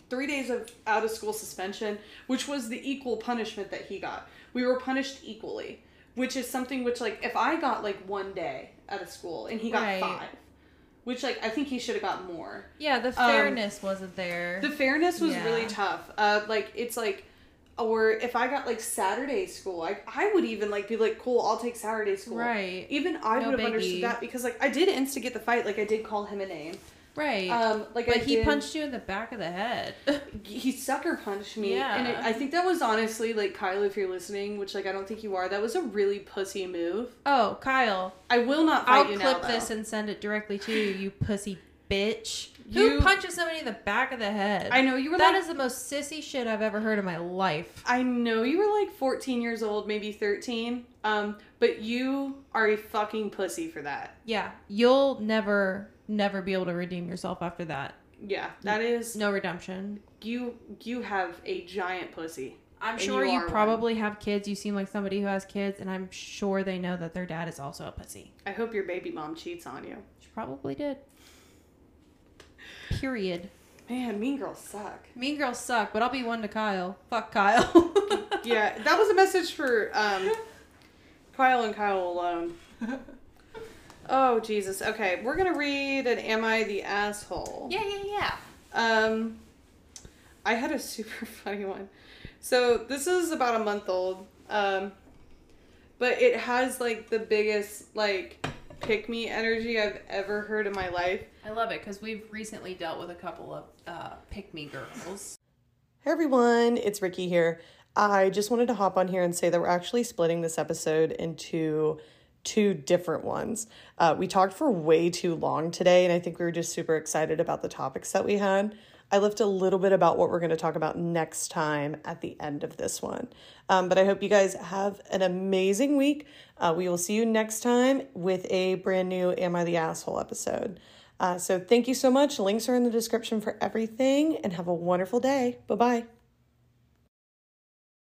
[SPEAKER 1] three days of out of school suspension, which was the equal punishment that he got, we were punished equally, which is something which like if I got like one day out of school and he got
[SPEAKER 2] Right.
[SPEAKER 1] five, which like I think he should have got more.
[SPEAKER 2] Yeah, the fairness wasn't there.
[SPEAKER 1] Um, The fairness was
[SPEAKER 2] Yeah.
[SPEAKER 1] really tough. Uh, like it's like, or if I got like Saturday school, I I would even like be like, cool, I'll take Saturday school.
[SPEAKER 2] right,
[SPEAKER 1] Even I
[SPEAKER 2] No
[SPEAKER 1] would have
[SPEAKER 2] biggie.
[SPEAKER 1] understood that because like I did instigate the fight. Like I did call him a name.
[SPEAKER 2] right.
[SPEAKER 1] Um, like
[SPEAKER 2] but
[SPEAKER 1] I
[SPEAKER 2] he
[SPEAKER 1] did-
[SPEAKER 2] punched you in the back of the head.
[SPEAKER 1] He sucker punched me,
[SPEAKER 2] Yeah.
[SPEAKER 1] and it, I think that was honestly like Kyle, if you're listening, which like I don't think you are. That was a really pussy move.
[SPEAKER 2] oh, Kyle,
[SPEAKER 1] I will not fight
[SPEAKER 2] I'll
[SPEAKER 1] you
[SPEAKER 2] clip
[SPEAKER 1] now. though.
[SPEAKER 2] this and send it directly to you, you pussy bitch. Who
[SPEAKER 1] You-
[SPEAKER 2] punches somebody in the back of the head?
[SPEAKER 1] I know you were
[SPEAKER 2] That
[SPEAKER 1] like
[SPEAKER 2] is the most sissy shit I've ever heard in my life.
[SPEAKER 1] I know you were like 14 years old, maybe 13. Um, but you are a fucking pussy for that.
[SPEAKER 2] Yeah, you'll never, never be able to redeem yourself after that.
[SPEAKER 1] Yeah, that is
[SPEAKER 2] No redemption.
[SPEAKER 1] you. You have a giant pussy.
[SPEAKER 2] I'm
[SPEAKER 1] And
[SPEAKER 2] sure
[SPEAKER 1] you
[SPEAKER 2] you,
[SPEAKER 1] are one.
[SPEAKER 2] probably have kids. You seem like somebody who has kids, and I'm sure they know that their dad is also a pussy.
[SPEAKER 1] I hope your baby mom cheats on you.
[SPEAKER 2] She probably did. Period.
[SPEAKER 1] Man, Mean Girls suck.
[SPEAKER 2] Mean girls suck, but I'll be one to Kyle. Fuck Kyle.
[SPEAKER 1] Yeah, that was a message for um, Kyle and Kyle alone. Oh Jesus. Okay, we're gonna read an "Am I the asshole?"
[SPEAKER 2] yeah, yeah, yeah.
[SPEAKER 1] Um, I had a super funny one. So this is about a month old. Um, but it has like the biggest like pick me energy I've ever heard in my life.
[SPEAKER 4] I love it because we've recently dealt with a couple of uh, pick me girls.
[SPEAKER 1] Hey everyone, it's Ricky here. I just wanted to hop on here and say that we're actually splitting this episode into two different ones. Uh, we talked for way too long today, and I think we were just super excited about the topics that we had. I left a little bit about what we're going to talk about next time at the end of this one. Um, but I hope you guys have an amazing week. Uh, we will see you next time with a brand new Am I the Asshole episode. Uh, so thank you so much. Links are in the description for everything and have a wonderful day. Bye bye.